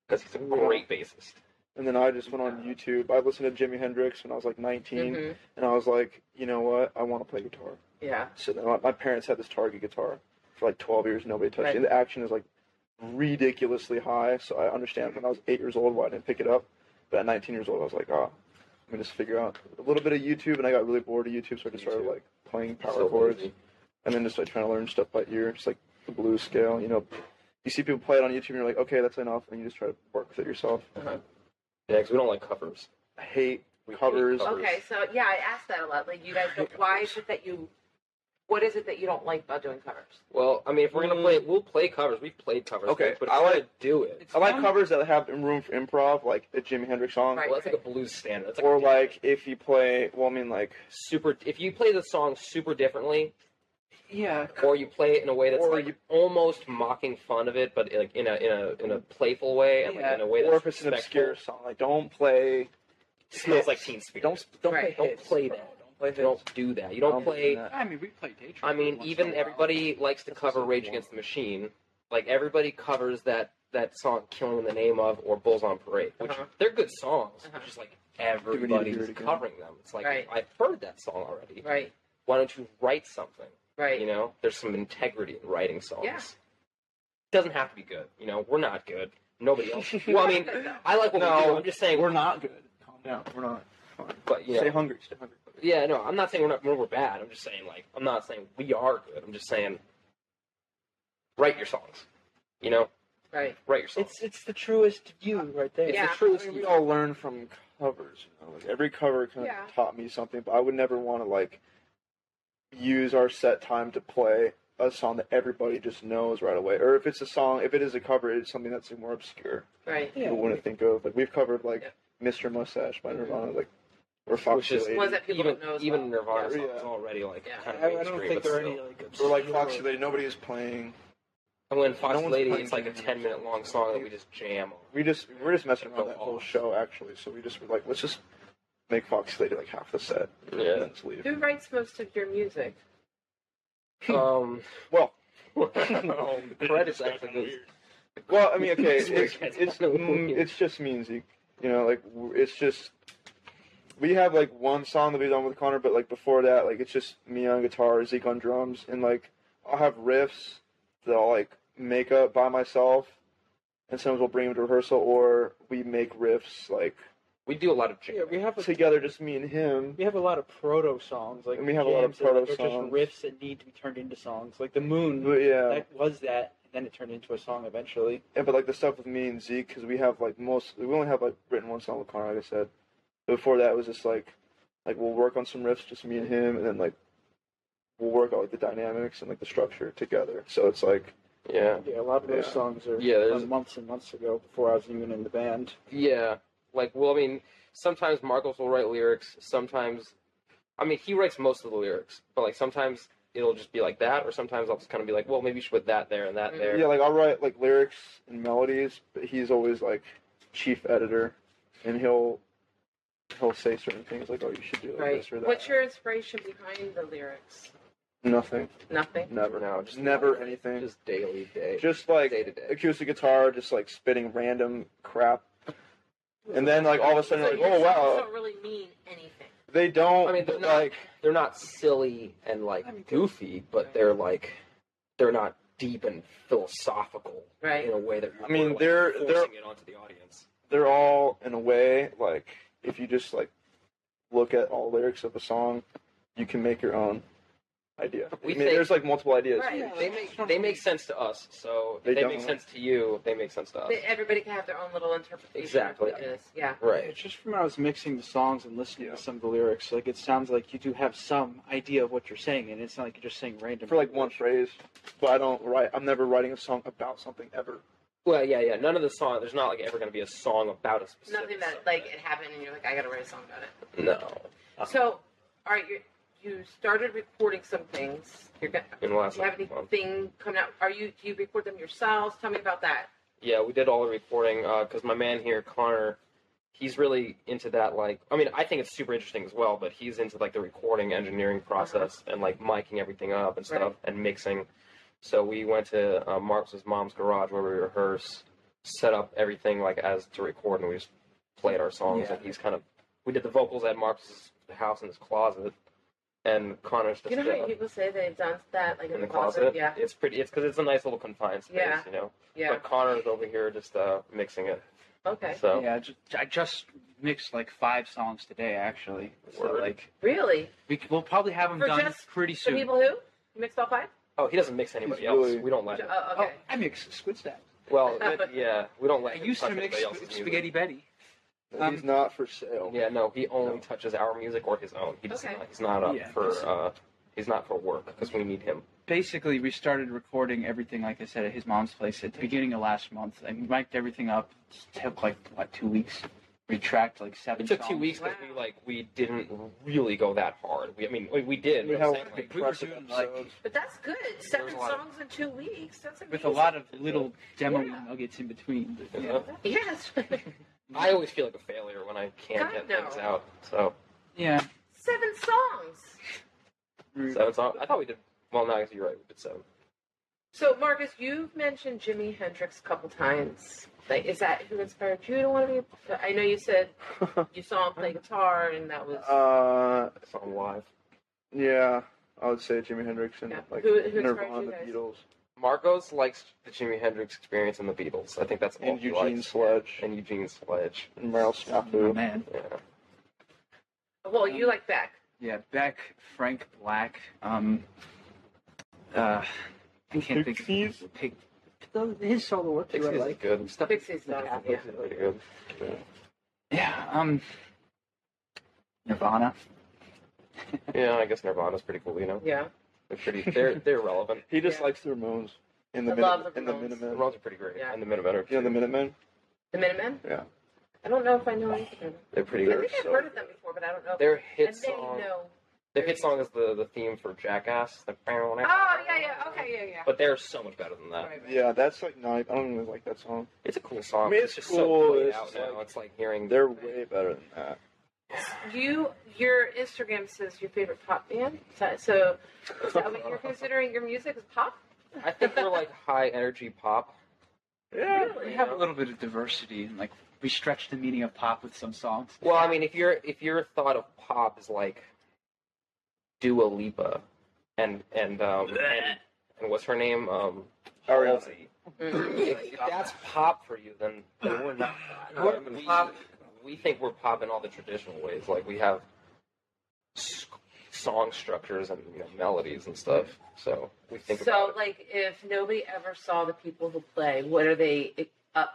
Speaker 2: because he's a great bassist.
Speaker 3: and then I just went on YouTube. I listened to Jimi Hendrix when I was like 19,
Speaker 1: Mhm.
Speaker 3: and I was like, you know what? I want to play guitar.
Speaker 1: yeah,
Speaker 3: So then my, my parents had this Target guitar for like 12 years. Nobody touched
Speaker 1: Right.
Speaker 3: it. And the action is like ridiculously high. So I understand when I was eight years old why I didn't pick it up. But at 19 years old, I was like, ah, let me just figure out a little bit of YouTube. And I got really bored of YouTube, so I just started
Speaker 2: YouTube.
Speaker 3: like playing power
Speaker 2: So
Speaker 3: chords
Speaker 2: lazy.
Speaker 3: and then just like trying to learn stuff by ear, just like the blues scale. You know, you see people play it on YouTube, and you're like, okay, that's enough, and you just try to work with it yourself.
Speaker 2: Yeah, because we don't like covers.
Speaker 3: I hate
Speaker 2: We hate
Speaker 3: covers.
Speaker 2: covers.
Speaker 1: Okay, so yeah, I asked that a lot. Like, you guys, don't, why is it that you? What is it that you don't like about doing covers?
Speaker 2: Well, I mean, if we're gonna play, we'll play covers. We've played covers.
Speaker 3: Mm. Okay,
Speaker 2: but
Speaker 3: I
Speaker 2: I want to
Speaker 3: like-
Speaker 2: do it.
Speaker 4: It's
Speaker 3: I like
Speaker 4: fun.
Speaker 3: covers that have room for improv, like a Jimi Hendrix song,
Speaker 1: Right.
Speaker 2: Well, that's like a blues standard. That's like
Speaker 3: or
Speaker 2: a-
Speaker 3: like if you play. Well, I mean, like
Speaker 2: super. If you play the song super differently,
Speaker 4: Yeah,
Speaker 2: or you play it in a way that's
Speaker 3: Or
Speaker 2: like
Speaker 3: you-
Speaker 2: almost mocking fun of it, but like in a in a in a playful way and like
Speaker 4: Yeah.
Speaker 2: in a way that's
Speaker 3: or if it's an
Speaker 2: respectful.
Speaker 3: obscure song, like don't play.
Speaker 2: smells like Teen Spirit.
Speaker 3: Don't don't
Speaker 1: Right. Um,
Speaker 3: play
Speaker 2: Don't
Speaker 3: hits,
Speaker 2: play
Speaker 3: bro.
Speaker 2: that.
Speaker 3: Don't play
Speaker 2: You
Speaker 3: hits.
Speaker 2: don't do that. You Oh, don't,
Speaker 3: Don't do
Speaker 2: play.
Speaker 3: that.
Speaker 4: I mean, we played day trip.
Speaker 2: I mean,
Speaker 4: once in a
Speaker 2: even
Speaker 4: while.
Speaker 2: everybody likes to
Speaker 3: That's
Speaker 2: cover
Speaker 3: also
Speaker 2: Rage
Speaker 3: cool.
Speaker 2: Against the Machine. Like everybody covers that that song "Killing in the Name of" or "Bulls on Parade," which
Speaker 1: Uh-huh.
Speaker 2: they're good songs.
Speaker 1: Uh-huh.
Speaker 2: It's Just like
Speaker 3: hear
Speaker 2: everybody's
Speaker 3: it again?
Speaker 2: covering them. It's like
Speaker 1: Right.
Speaker 2: I've heard that song already.
Speaker 1: Right.
Speaker 2: why don't you write something?
Speaker 1: Right.
Speaker 2: You know, there's some integrity in writing songs.
Speaker 1: Yeah.
Speaker 2: Doesn't have to be good. You know, we're not good. Nobody else. well, I
Speaker 1: We're
Speaker 2: mean,
Speaker 1: good, though.
Speaker 2: I like what we
Speaker 3: No.
Speaker 2: do. I'm just saying,
Speaker 3: We're
Speaker 2: we're,
Speaker 3: not good. Calm down. We're not.
Speaker 2: but you
Speaker 3: Stay
Speaker 2: know,
Speaker 3: hungry. Stay hungry.
Speaker 2: yeah, no, I'm not saying we're not we're bad. I'm just saying like I'm not saying we are good. I'm just saying write your songs. You know,
Speaker 1: Right.
Speaker 2: write your songs.
Speaker 3: it's the truest you right there.
Speaker 2: It's
Speaker 1: Yeah.
Speaker 2: the truest.
Speaker 3: I mean, we
Speaker 2: you-
Speaker 3: all learn from covers. You know? like every cover kind of
Speaker 1: Yeah.
Speaker 3: taught me something, but I would never want to like use our set time to play a song that everybody just knows right away. Or if it's a song, if it is a cover, it's something that's more obscure.
Speaker 1: Right.
Speaker 3: People wouldn't think of. Like we've covered like
Speaker 1: Yeah.
Speaker 3: Mr. Mustache by Nirvana, like or Fox
Speaker 2: Mm-hmm. Which is-
Speaker 3: Lady.
Speaker 1: Ones that people
Speaker 2: even
Speaker 1: don't know as
Speaker 2: even
Speaker 1: well.
Speaker 2: Nirvana
Speaker 3: Yeah.
Speaker 2: songs
Speaker 3: Yeah.
Speaker 2: already like
Speaker 1: Yeah.
Speaker 2: kind of
Speaker 5: I, I don't
Speaker 2: mainstream,
Speaker 5: think
Speaker 2: but
Speaker 5: there are
Speaker 2: still.
Speaker 5: any like
Speaker 3: or like Foxy
Speaker 5: obscure-
Speaker 3: Lady, nobody is playing.
Speaker 2: And when Fox
Speaker 3: No one's
Speaker 2: Lady,
Speaker 3: playing
Speaker 2: it's like a
Speaker 3: Nirvana.
Speaker 2: ten minute long song that we just jam. on.
Speaker 3: We just we we're just messing around
Speaker 2: Go
Speaker 3: that whole
Speaker 2: off.
Speaker 3: show actually. So we just were like, let's just make Foxy Lady like half the set. And then just leave.
Speaker 1: Who writes most of your music?
Speaker 2: um.
Speaker 3: Well,
Speaker 2: Well, credits
Speaker 5: It's
Speaker 2: actually
Speaker 5: kinda
Speaker 2: goes.
Speaker 3: Well, I mean, okay,
Speaker 2: This
Speaker 3: it's
Speaker 2: weird.
Speaker 3: it's, mm, it's just music, you know. Like w- it's just we have like one song that we've done with Connor, but like before that, like it's just me on guitar, Zeke on drums, and like I'll have riffs that I'll like make up by myself, and sometimes we'll bring them to rehearsal, or we make riffs like
Speaker 2: We do a lot of
Speaker 5: Yeah,
Speaker 2: jamming.
Speaker 5: we have a,
Speaker 3: together, just me and him.
Speaker 5: we have a lot of proto songs like
Speaker 3: And we have a lot of
Speaker 5: jams that, like,
Speaker 3: proto
Speaker 5: are
Speaker 3: songs.
Speaker 5: just riffs that need to be turned into songs. Like the moon,
Speaker 3: But yeah,
Speaker 5: that was that, and then it turned into a song eventually.
Speaker 3: and but like the stuff with me and Zeke, because we have like most, we only have like written one song with Connor, like I said. Before that, it was just like, like we'll work on some riffs, just me and him, and then like we'll work out like the dynamics and like the structure together. So it's like,
Speaker 2: Yeah.
Speaker 5: Yeah, a lot of those
Speaker 3: Yeah.
Speaker 5: songs are,
Speaker 2: Yeah,
Speaker 5: are
Speaker 2: there's-
Speaker 5: months and months ago before I was even in the band.
Speaker 2: Yeah. Like, well, I mean, sometimes Marcos will write lyrics. Sometimes, I mean, he writes most of the lyrics, but like sometimes it'll just be like that, or sometimes I'll just kind of be like, well, maybe you should put that there and that there.
Speaker 3: yeah, like I'll write like lyrics and melodies, but he's always like chief editor, and he'll he'll say certain things like, oh, you should do like
Speaker 1: Right.
Speaker 3: this or that.
Speaker 1: What's your inspiration behind the lyrics?
Speaker 3: nothing?
Speaker 1: Nothing.
Speaker 3: Never.
Speaker 2: No,
Speaker 3: Just
Speaker 2: just
Speaker 3: never anything. Just,
Speaker 2: Just daily day.
Speaker 3: like
Speaker 2: day to day.
Speaker 3: acoustic guitar, just like spitting random crap. And then, like all of a sudden, you're like, oh wow,
Speaker 1: Don't really mean anything.
Speaker 3: they don't.
Speaker 2: I mean, they're
Speaker 3: but,
Speaker 2: not-
Speaker 3: like
Speaker 2: They're not silly and like
Speaker 5: I mean, they're-
Speaker 2: goofy, but they're like, they're not deep and philosophical
Speaker 1: Right.
Speaker 2: in a way that.
Speaker 3: I mean,
Speaker 2: we're, like,
Speaker 3: they're-
Speaker 2: forcing
Speaker 3: they're-
Speaker 2: it onto the audience.
Speaker 3: they're all in a way like if you just like look at all lyrics of a song, you can make your own idea.
Speaker 2: We
Speaker 3: I mean,
Speaker 2: think-
Speaker 3: there's like multiple ideas.
Speaker 1: Right.
Speaker 5: Yeah.
Speaker 2: They make they make sense to us, so
Speaker 3: They
Speaker 2: if they make
Speaker 3: don't.
Speaker 2: sense to you, they make sense to us.
Speaker 1: That Everybody can have their own little interpretation.
Speaker 2: Exactly.
Speaker 1: Of what it is. Yeah.
Speaker 2: Right.
Speaker 5: Just from when I was mixing the songs and listening
Speaker 3: Yeah.
Speaker 5: to some of the lyrics, like it sounds like you do have some idea of what you're saying, and it's not like you're just saying random.
Speaker 3: For like one phrase, but I don't write. I'm never writing a song about something ever.
Speaker 2: Well, yeah, yeah. None of the song. There's not like ever going to be a song about a specific.
Speaker 1: Nothing that
Speaker 2: subject.
Speaker 1: like it happened and you're like I gotta write a song about it.
Speaker 2: no.
Speaker 1: So, all right, you you started recording some things. You're gonna.
Speaker 2: In the last
Speaker 1: Do you have
Speaker 2: like, month.
Speaker 1: anything coming out? Are you do you record them yourselves? Tell me about that.
Speaker 2: Yeah, we did all the recording because my man here, Connor, he's really into that. Like, I mean, I think it's super interesting as well, but he's into like the recording engineering process and like miking everything up and stuff
Speaker 1: Uh-huh. Right.
Speaker 2: and mixing. So we went to uh, Marcus's mom's garage where we rehearse, set up everything like as to record, and we just played our songs.
Speaker 5: Yeah.
Speaker 2: And he's kind of we did the vocals at Marcus's house in his closet, and Connor's just
Speaker 1: You know how
Speaker 2: uh,
Speaker 1: many people say they've done that like in,
Speaker 2: in the closet.
Speaker 1: Yeah,
Speaker 2: It's pretty. It's because it's a nice little confined space,
Speaker 1: Yeah.
Speaker 2: you know.
Speaker 1: yeah.
Speaker 2: But Connor's over here just uh, mixing it.
Speaker 1: Okay.
Speaker 2: So
Speaker 4: Yeah, I just, I just mixed like five songs today, actually. So
Speaker 2: Word.
Speaker 4: like
Speaker 1: Really?
Speaker 4: we c- we'll probably have them
Speaker 1: For
Speaker 4: done
Speaker 1: just
Speaker 4: pretty
Speaker 1: The
Speaker 4: soon.
Speaker 1: people who you mixed all five?
Speaker 2: Oh, he doesn't mix anybody
Speaker 3: He's
Speaker 2: else.
Speaker 3: really-
Speaker 2: We don't let him.
Speaker 1: Oh, okay.
Speaker 4: Oh, I mix Squid Step.
Speaker 2: Well, it- yeah, we don't
Speaker 4: I
Speaker 2: let. him
Speaker 4: used to
Speaker 2: touch
Speaker 4: mix
Speaker 2: anybody else's music.
Speaker 4: Spaghetti Betty. Um,
Speaker 3: He's not for sale.
Speaker 2: Yeah, no, he only
Speaker 3: No.
Speaker 2: touches our music or his own. He does
Speaker 1: Okay.
Speaker 2: not. He's not up
Speaker 4: Yeah.
Speaker 2: for. Uh, he's not for work because we need him.
Speaker 4: Basically, we started recording everything, like I said, at his mom's place at the beginning of last month, and we mic'd everything up. It took like what two weeks. We tracked like seven.
Speaker 2: It took two
Speaker 4: songs.
Speaker 2: weeks because
Speaker 1: Wow.
Speaker 2: we like we didn't really go that hard. We, I mean, we, we did.
Speaker 3: We
Speaker 2: but I'm
Speaker 3: have
Speaker 2: saying, like,
Speaker 4: we were
Speaker 3: impressive
Speaker 4: doing, like-
Speaker 3: episodes.
Speaker 1: But that's good. Seven
Speaker 2: a lot of-
Speaker 1: songs in two weeks. That's amazing.
Speaker 4: with a lot of little demo
Speaker 1: Yeah.
Speaker 4: nuggets in between.
Speaker 2: you
Speaker 4: Yeah.
Speaker 2: know?
Speaker 1: Yes.
Speaker 2: I always feel like a failure when I can't
Speaker 1: God,
Speaker 2: get
Speaker 1: no.
Speaker 2: things out. So,
Speaker 4: yeah.
Speaker 1: seven songs.
Speaker 2: seven songs. I thought we did. Well, no, I guess you're right. We did seven.
Speaker 1: So Marcus, you've mentioned Jimi Hendrix a couple times. Like, is that who inspired you to want to be? I know you said you saw him play guitar, and that was
Speaker 3: uh,
Speaker 2: Song live.
Speaker 3: yeah. I would say Jimi Hendrix and
Speaker 1: Yeah.
Speaker 3: like
Speaker 1: Who- who inspired
Speaker 3: Nirvana,
Speaker 1: you
Speaker 3: the
Speaker 1: guys?
Speaker 3: Beatles,
Speaker 2: Marcos likes the Jimi Hendrix experience and the Beatles. I think that's all
Speaker 3: and
Speaker 2: he
Speaker 3: Eugene
Speaker 2: likes.
Speaker 3: Sledge
Speaker 2: and Eugene Sledge.
Speaker 3: and Meryl
Speaker 4: Oh,
Speaker 1: Mm-hmm.
Speaker 3: Snafu.
Speaker 4: man.
Speaker 2: Yeah.
Speaker 1: Well, you like Beck.
Speaker 4: Yeah, Beck, Frank Black, um, uh, I can't think
Speaker 3: Pixies?
Speaker 4: of Pig,
Speaker 5: Though his solo work too, I
Speaker 2: Pixies is
Speaker 5: like.
Speaker 2: good.
Speaker 5: Stuff
Speaker 1: Pixies is
Speaker 5: stuff
Speaker 1: awesome.
Speaker 5: yeah.
Speaker 2: Pixies is pretty good.
Speaker 4: yeah, um, Nirvana.
Speaker 2: Yeah, I guess Nirvana's pretty cool, you know?
Speaker 1: Yeah.
Speaker 2: They're pretty, they're, they're relevant.
Speaker 3: He just
Speaker 1: Yeah.
Speaker 3: likes the Ramones and the
Speaker 1: I love
Speaker 3: Minute-
Speaker 1: the
Speaker 3: and the
Speaker 1: Ramones.
Speaker 2: The
Speaker 3: Minutemen.
Speaker 2: Ramones are pretty great.
Speaker 1: Yeah.
Speaker 2: And the Minutemen are
Speaker 3: You know the Minutemen?
Speaker 1: The Minutemen?
Speaker 3: Yeah.
Speaker 1: I don't know if I know anything.
Speaker 2: They're pretty
Speaker 1: I
Speaker 2: good.
Speaker 1: think I've heard of them before, but I don't know. if-
Speaker 2: Their hit
Speaker 1: and they
Speaker 2: song,
Speaker 1: know.
Speaker 2: their hit song is the, the theme for Jackass. The
Speaker 1: Oh, yeah, yeah. Okay, yeah, yeah.
Speaker 2: But they're so much better than that.
Speaker 1: Right, right.
Speaker 3: Yeah, that's like not. I don't even like that song.
Speaker 2: It's a cool song.
Speaker 3: I mean,
Speaker 2: but
Speaker 3: it's
Speaker 2: just
Speaker 3: cool,
Speaker 2: So played
Speaker 3: it's
Speaker 2: out
Speaker 3: just
Speaker 2: now.
Speaker 3: like-
Speaker 2: it's like hearing.
Speaker 3: They're way better than that.
Speaker 1: You, your Instagram says your favorite pop band. So- So, is that what you're considering your music is pop?
Speaker 2: I think we're like high energy pop.
Speaker 3: Yeah.
Speaker 4: We
Speaker 1: Really?
Speaker 4: have a little bit of diversity, and like we stretch the meaning of pop with some songs.
Speaker 2: Well, I mean, if your if your thought of pop is like Dua Lipa and and um and, and what's her name um
Speaker 3: Ariana.
Speaker 2: Halsey.
Speaker 1: Mm.
Speaker 2: If, if that's pop for you, then, then we're not. we're- we, we think we're pop in all the traditional ways. Like we have s- song structures and you know, melodies and stuff. So we think
Speaker 1: So,
Speaker 2: about it.
Speaker 1: like, if nobody ever saw the people who play, what are they up?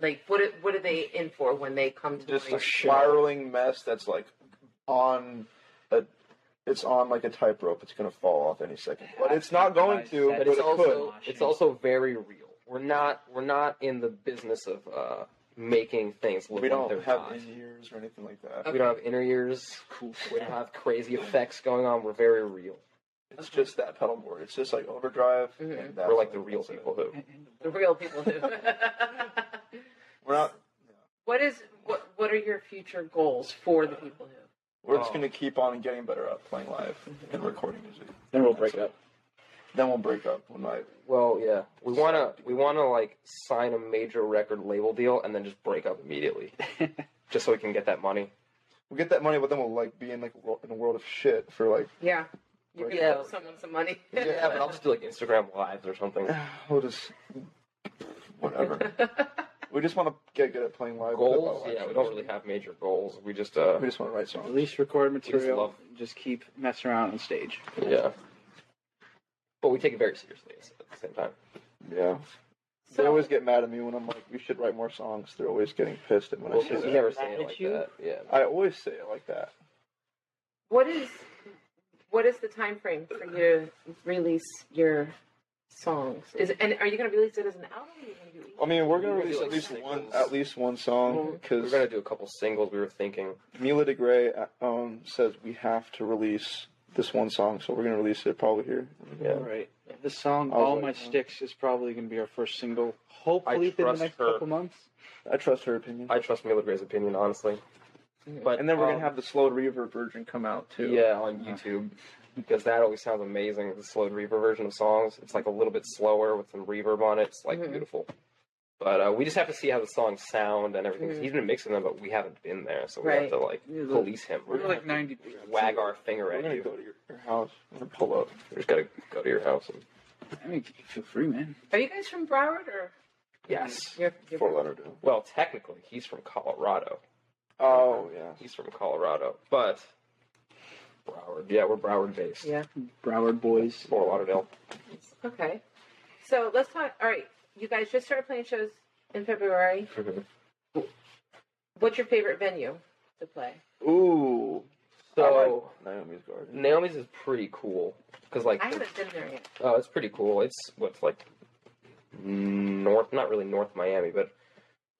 Speaker 1: Like, what are, what are they in for when they come to?
Speaker 3: Just
Speaker 1: like,
Speaker 3: a spiraling mess that's like on a. It's on like a tightrope. It's gonna fall off any second, but it's not going to.
Speaker 2: but it's
Speaker 3: it
Speaker 2: also
Speaker 4: could.
Speaker 2: it's also very real. We're not we're not in the business of uh, making things
Speaker 3: could.
Speaker 2: look
Speaker 3: We
Speaker 2: like
Speaker 3: don't
Speaker 2: they're
Speaker 3: have
Speaker 2: not.
Speaker 3: in ears or anything like that.
Speaker 2: We don't have inner ears.
Speaker 4: Cool.
Speaker 2: We don't have crazy effects going on. We're very real.
Speaker 3: It's just that pedal board. It's just like overdrive.
Speaker 1: Mhm.
Speaker 3: And that's
Speaker 2: We're like
Speaker 3: it.
Speaker 2: the real
Speaker 3: That's it.
Speaker 2: people who.
Speaker 1: the real people do.
Speaker 3: We're not.
Speaker 1: what is what? What are your future goals for the people who?
Speaker 3: We're just
Speaker 2: Oh.
Speaker 3: gonna keep on getting better at playing live and recording music.
Speaker 5: Then we'll
Speaker 3: break up. Then we'll break up when I
Speaker 2: Well, yeah, we wanna we wanna like sign a major record label deal and then just break up immediately, just so we can get that money.
Speaker 3: we'll get that money, but then we'll like be in like wor- in a world of shit for like
Speaker 1: Yeah, you can
Speaker 3: Yeah.
Speaker 1: owe someone some money.
Speaker 2: Yeah, but I'll just do like Instagram lives or something.
Speaker 3: we'll just whatever. we just want to get good at playing live.
Speaker 2: Goals?
Speaker 3: Live
Speaker 2: Yeah, we
Speaker 3: shows.
Speaker 2: don't really have major goals. We just uh,
Speaker 3: We just want to write songs.
Speaker 5: Release record
Speaker 2: just
Speaker 5: material.
Speaker 2: love-
Speaker 5: and Just keep messing around on stage.
Speaker 2: yeah. But we take it very seriously at the same time.
Speaker 3: Yeah,
Speaker 1: so,
Speaker 3: they always get mad at me when I'm like, "We should write more songs." They're always getting pissed at when
Speaker 2: Well,
Speaker 3: I say
Speaker 2: we
Speaker 3: that.
Speaker 2: never say
Speaker 5: At
Speaker 2: it like
Speaker 5: you?
Speaker 2: that. Yeah.
Speaker 3: I always say it like that.
Speaker 1: what is what is the time frame for you to release your songs? Is and are you going to release it as an album? Or are you gonna do
Speaker 3: I mean, we're gonna
Speaker 2: We're gonna do,
Speaker 3: release at
Speaker 2: like,
Speaker 3: least
Speaker 2: singles.
Speaker 3: one, at least one song
Speaker 2: We're
Speaker 3: because
Speaker 2: gonna do a couple singles. We were thinking.
Speaker 3: Mila de Grey uh, um, says we have to release this one song, so we're gonna release it probably here.
Speaker 2: Yeah.
Speaker 5: Right. The song
Speaker 3: I was
Speaker 5: "All
Speaker 3: like,
Speaker 5: My
Speaker 3: huh.
Speaker 5: Sticks" is probably going to be our first single. Hopefully, within the
Speaker 2: trust
Speaker 5: next
Speaker 2: her.
Speaker 5: couple months.
Speaker 3: I trust her
Speaker 4: Uh,
Speaker 3: opinion.
Speaker 2: I trust Mila Gray's opinion honestly. But
Speaker 3: And then we're
Speaker 2: um,
Speaker 3: gonna have the slow reverb version come out too.
Speaker 2: Yeah, on YouTube. Because that always sounds amazing, the slowed reverb version of songs. It's like a little bit slower with some reverb on it. It's like
Speaker 3: Mm-hmm.
Speaker 1: Mhm.
Speaker 2: beautiful. But uh, we just have to see how the songs sound and everything.
Speaker 3: Mm-hmm.
Speaker 1: Mhm.
Speaker 2: He's been mixing them, but we haven't been there, so we
Speaker 1: Right.
Speaker 2: have to like
Speaker 4: Yeah, the-
Speaker 2: police him. We're
Speaker 4: We're
Speaker 2: gonna
Speaker 4: like ninety.
Speaker 2: wag our finger
Speaker 3: We're
Speaker 2: at
Speaker 3: gonna
Speaker 2: you.
Speaker 3: go to your, your house. We're gonna pull up.
Speaker 2: We just gotta go to your house. And...
Speaker 4: I mean, feel free, man.
Speaker 3: Oh.
Speaker 1: it? Are you guys from Broward or?
Speaker 3: Mm-hmm.
Speaker 2: Yes.
Speaker 1: You're, you're
Speaker 3: Fort Lauderdale.
Speaker 2: Well, technically, he's from Colorado.
Speaker 3: Oh yeah.
Speaker 2: He's from Colorado, but Broward. Yeah, we're Broward based.
Speaker 1: Yeah.
Speaker 5: Broward Boys.
Speaker 2: Fort Lauderdale.
Speaker 1: Okay. So let's talk. All right. You guys just started playing shows in February.
Speaker 3: Mm-hmm.
Speaker 1: What's your favorite venue to play?
Speaker 3: Ooh.
Speaker 2: So
Speaker 3: I like Naomi's garden.
Speaker 2: Naomi's is pretty cool because like
Speaker 1: I haven't been there yet.
Speaker 2: Oh, it's pretty cool. It's what's like north, not really north Miami, but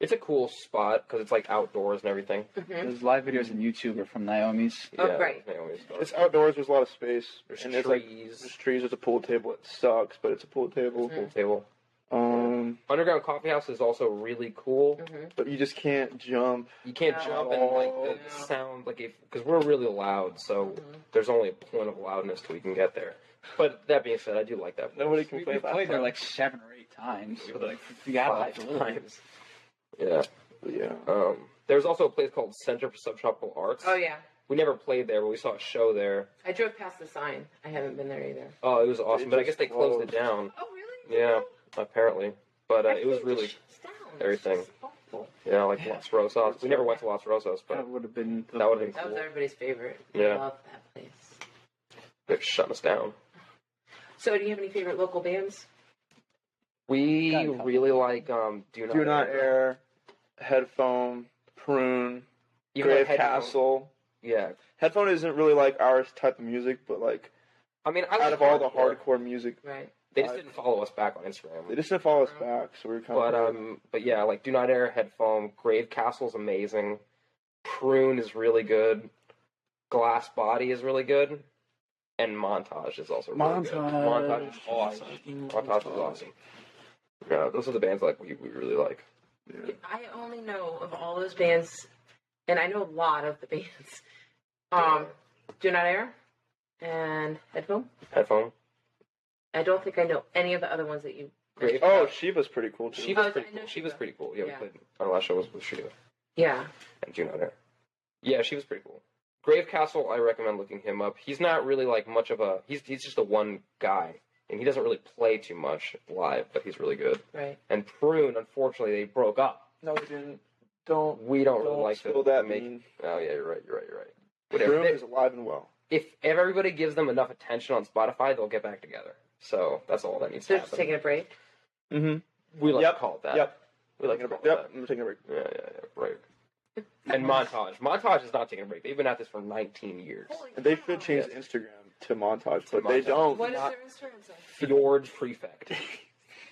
Speaker 2: it's a cool spot because it's like outdoors and everything.
Speaker 1: Mm-hmm.
Speaker 4: Those live videos on YouTube are from Naomi's.
Speaker 1: Oh, right.
Speaker 2: Naomi's spot.
Speaker 3: It's outdoors. There's a lot of space.
Speaker 2: There's
Speaker 3: and there's like
Speaker 2: trees,
Speaker 3: there's trees. There's a pool table. It sucks, but it's a pool table.
Speaker 2: pool table.
Speaker 3: Um,
Speaker 2: Underground coffee house is also really cool.
Speaker 3: but you just can't jump.
Speaker 2: You can't
Speaker 1: Yeah.
Speaker 2: jump and like
Speaker 3: Oh,
Speaker 2: the
Speaker 1: yeah.
Speaker 2: sound, like if because we're really loud, so
Speaker 1: Mm-hmm.
Speaker 2: there's only a point of loudness till we can get there. But that being said, I do like that.
Speaker 3: Nobody can
Speaker 4: We,
Speaker 3: play
Speaker 4: we
Speaker 3: about
Speaker 4: played there
Speaker 3: that.
Speaker 4: like seven or eight times.
Speaker 2: We were like
Speaker 4: we gotta
Speaker 2: five
Speaker 4: like the little-
Speaker 2: times. Yeah.
Speaker 3: Yeah.
Speaker 2: Um, there's also a place called Center for Subtropical Arts.
Speaker 1: Oh yeah.
Speaker 2: we never played there, but we saw a show there.
Speaker 1: I drove past the sign. I haven't been there either.
Speaker 2: Oh, it was awesome. but I guess
Speaker 3: just
Speaker 2: they closed
Speaker 3: closed.
Speaker 2: it down,
Speaker 1: Oh, really?
Speaker 2: Yeah. apparently. But uh,
Speaker 1: I
Speaker 2: it was
Speaker 1: think
Speaker 2: really,
Speaker 1: shuts down.
Speaker 2: everything.
Speaker 1: It's awful.
Speaker 2: yeah, like Los Rosas. We never went to Los Rosas, but
Speaker 4: That would have been the
Speaker 2: that would have been
Speaker 1: That was
Speaker 2: cool.
Speaker 1: everybody's favorite.
Speaker 2: Yeah.
Speaker 1: Love that place.
Speaker 2: They're shutting us down.
Speaker 1: So, do you have any favorite local bands?
Speaker 2: We
Speaker 3: Gotta come.
Speaker 2: really like um, Do Not
Speaker 3: Do not air, headphone, prune,
Speaker 2: Even though
Speaker 3: grave
Speaker 2: Headphone-
Speaker 3: castle.
Speaker 2: Yeah,
Speaker 3: Headphone isn't really like our type of music, but like
Speaker 2: I mean, I
Speaker 3: out
Speaker 2: like
Speaker 3: of all the hardcore music,
Speaker 1: Right.
Speaker 2: they just didn't follow us back on Instagram.
Speaker 3: they just didn't follow us back, so we were kind
Speaker 2: But
Speaker 3: of.
Speaker 2: um, but yeah, like Do Not Air, Head Foam, Grave Castle's amazing. Prune is really good. Glass Body is really good, and Montage is also really good. Montage is awesome. Montage is awesome. Yeah, those are the bands like we, we really like.
Speaker 1: I only know of all those bands, and I know a lot of the bands. Um, Do Not Air and Headphone.
Speaker 2: Headphone,
Speaker 1: I don't think I know any of the other ones that you.
Speaker 2: Grave.
Speaker 3: oh, Shiva's pretty cool too.
Speaker 2: she
Speaker 1: Oh,
Speaker 2: was
Speaker 1: I
Speaker 2: pretty.
Speaker 1: know
Speaker 2: Cool. She
Speaker 1: Shiva.
Speaker 2: was pretty cool. Yeah,
Speaker 1: Yeah.
Speaker 2: we played our last show was with Shiva
Speaker 1: Yeah.
Speaker 2: and Do Not Air. Yeah, she was pretty cool. Grave Castle, I recommend looking him up. He's not really like much of a. He's he's just a one guy, and he doesn't really play too much live, but he's really good.
Speaker 1: Right.
Speaker 2: and Prune, unfortunately, they broke up.
Speaker 3: no, they didn't. Don't
Speaker 2: We don't,
Speaker 3: don't
Speaker 2: really like
Speaker 3: spill
Speaker 2: to
Speaker 3: that.
Speaker 2: make-
Speaker 3: mean.
Speaker 2: Oh yeah, you're right. You're right. You're right. Whatever.
Speaker 3: Room
Speaker 2: They-
Speaker 3: is alive and well.
Speaker 2: if if everybody gives them enough attention on Spotify, they'll get back together. So that's all that needs
Speaker 1: So they're
Speaker 2: to
Speaker 1: just
Speaker 2: happen.
Speaker 1: taking a break.
Speaker 3: Mm-hmm.
Speaker 2: We like
Speaker 3: Yep.
Speaker 2: to call it that.
Speaker 3: Yep.
Speaker 2: We like to call
Speaker 3: Yep.
Speaker 2: it
Speaker 3: yep. I'm taking a break.
Speaker 2: that. Yeah, yeah, yeah. Right. And montage. Montage is not taking a break. They've been at this for 19 years.
Speaker 3: And they should change the Instagram to montage, but they
Speaker 2: montage.
Speaker 3: don't.
Speaker 1: What is
Speaker 3: Not
Speaker 1: their Instagram say?
Speaker 2: Fjord Prefect.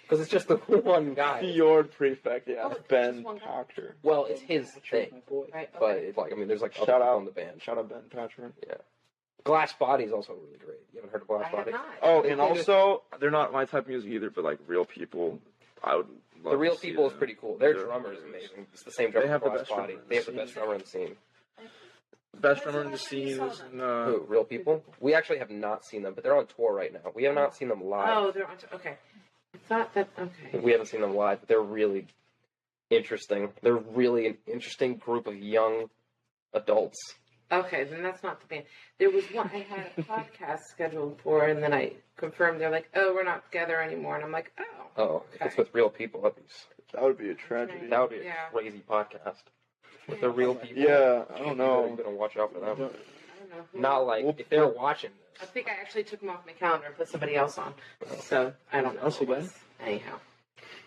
Speaker 2: Because it's just the one guy.
Speaker 3: Fjord Prefect, yeah.
Speaker 1: Oh, it's just
Speaker 3: ben
Speaker 1: one guy.
Speaker 3: Pachter.
Speaker 2: Well, it's his
Speaker 5: My
Speaker 2: thing.
Speaker 5: boy.
Speaker 1: Right. Okay.
Speaker 2: But it's like, I mean, there's like
Speaker 3: Shout
Speaker 2: other people
Speaker 3: out.
Speaker 2: on the band.
Speaker 3: Shout out Ben Pachter.
Speaker 2: Glass Body is also really great. You haven't heard of Glass
Speaker 1: I have
Speaker 2: Body?
Speaker 1: not.
Speaker 3: Oh,
Speaker 2: They
Speaker 3: and
Speaker 2: played it-
Speaker 3: also they're not my type of music either, but like real people, I would. Love
Speaker 2: The real
Speaker 3: to see
Speaker 2: people is
Speaker 3: them.
Speaker 2: pretty cool. Their
Speaker 3: They're-
Speaker 2: drummer is amazing. It's the same drummer.
Speaker 3: They have the
Speaker 2: Glass
Speaker 3: best
Speaker 2: Body.
Speaker 3: drummer in the
Speaker 2: They have the
Speaker 3: scene.
Speaker 2: best drummer in the scene.
Speaker 3: Best drummer in the scene is in, uh,
Speaker 2: Who? Real people? We actually have not seen them, but they're on tour right now. We have not seen them live.
Speaker 1: Oh, they're on. Okay. I thought that. Okay.
Speaker 2: We haven't seen them live, but they're really interesting. They're really an interesting group of young adults.
Speaker 1: Okay, then that's not the band. There was one I had a podcast scheduled for, and then I confirmed. They're like, "Oh, we're not together anymore," and I'm like, "Oh,
Speaker 2: Oh, if it's
Speaker 1: Okay.
Speaker 2: with real people. That'd be, s-
Speaker 3: that would be a tragedy.
Speaker 2: that would be a
Speaker 1: Yeah.
Speaker 2: crazy podcast. With the real people.
Speaker 3: Yeah, I don't
Speaker 2: you
Speaker 3: know.
Speaker 2: going to watch out for them.
Speaker 1: I don't know." Who.
Speaker 2: Not like, if they're watching
Speaker 1: I
Speaker 2: this.
Speaker 1: think I actually took them off my calendar and put somebody else on. So I don't know.
Speaker 5: Us
Speaker 1: who it
Speaker 5: again?
Speaker 1: was. Anyhow,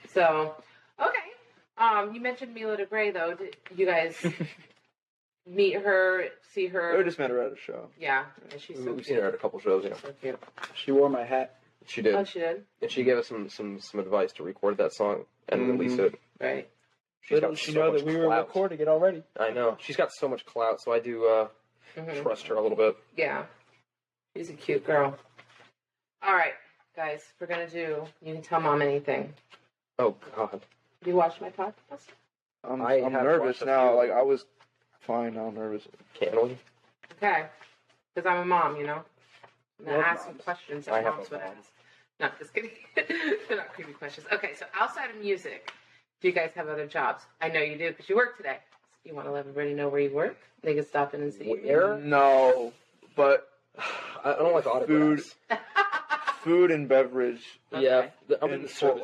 Speaker 1: so okay. Um, you mentioned Mila DeGray though. Did you guys meet her? See
Speaker 3: We
Speaker 1: her?
Speaker 3: just met her at a show.
Speaker 1: Yeah, and she's so
Speaker 2: We've seen her
Speaker 1: cute.
Speaker 2: at a couple shows, Mm, yeah.
Speaker 1: So cute.
Speaker 5: She wore my hat.
Speaker 2: She did.
Speaker 1: Oh, she did.
Speaker 2: and she gave us some some some advice to record that song and release it.
Speaker 1: Right.
Speaker 2: She's
Speaker 5: Little
Speaker 2: got
Speaker 5: did she
Speaker 2: so
Speaker 5: know
Speaker 2: much
Speaker 5: that we were
Speaker 2: clout.
Speaker 5: recording it already.
Speaker 2: I know she's got so much clout, so I do uh,
Speaker 1: Mhm.
Speaker 2: trust her a little bit.
Speaker 1: Yeah. She's a cute girl. All right, guys, we're going to do You Can Tell Mom Anything.
Speaker 2: Oh God,
Speaker 1: You watched my podcast?
Speaker 3: I'm,
Speaker 2: I
Speaker 3: I'm
Speaker 2: have
Speaker 3: nervous
Speaker 2: watched a
Speaker 3: now.
Speaker 2: few.
Speaker 3: Like I was fine. Now I'm nervous.
Speaker 2: can we?
Speaker 1: Okay. Because I'm a mom, you know? And I
Speaker 2: Love
Speaker 1: ask some
Speaker 2: moms.
Speaker 1: questions
Speaker 2: I
Speaker 1: that
Speaker 2: have
Speaker 1: moms
Speaker 2: a
Speaker 1: would
Speaker 2: mom.
Speaker 1: ask. No, just kidding. They're not creepy questions. Okay, so outside of music, do you guys have other jobs? I know you do because you work today. You want to let everybody know where you work? They can stop in and see you.
Speaker 2: Where?
Speaker 3: No, but
Speaker 2: I I don't like autographs.
Speaker 3: food and beverage
Speaker 2: Yeah, th- I'm in,
Speaker 3: in
Speaker 2: the
Speaker 3: Fort
Speaker 2: service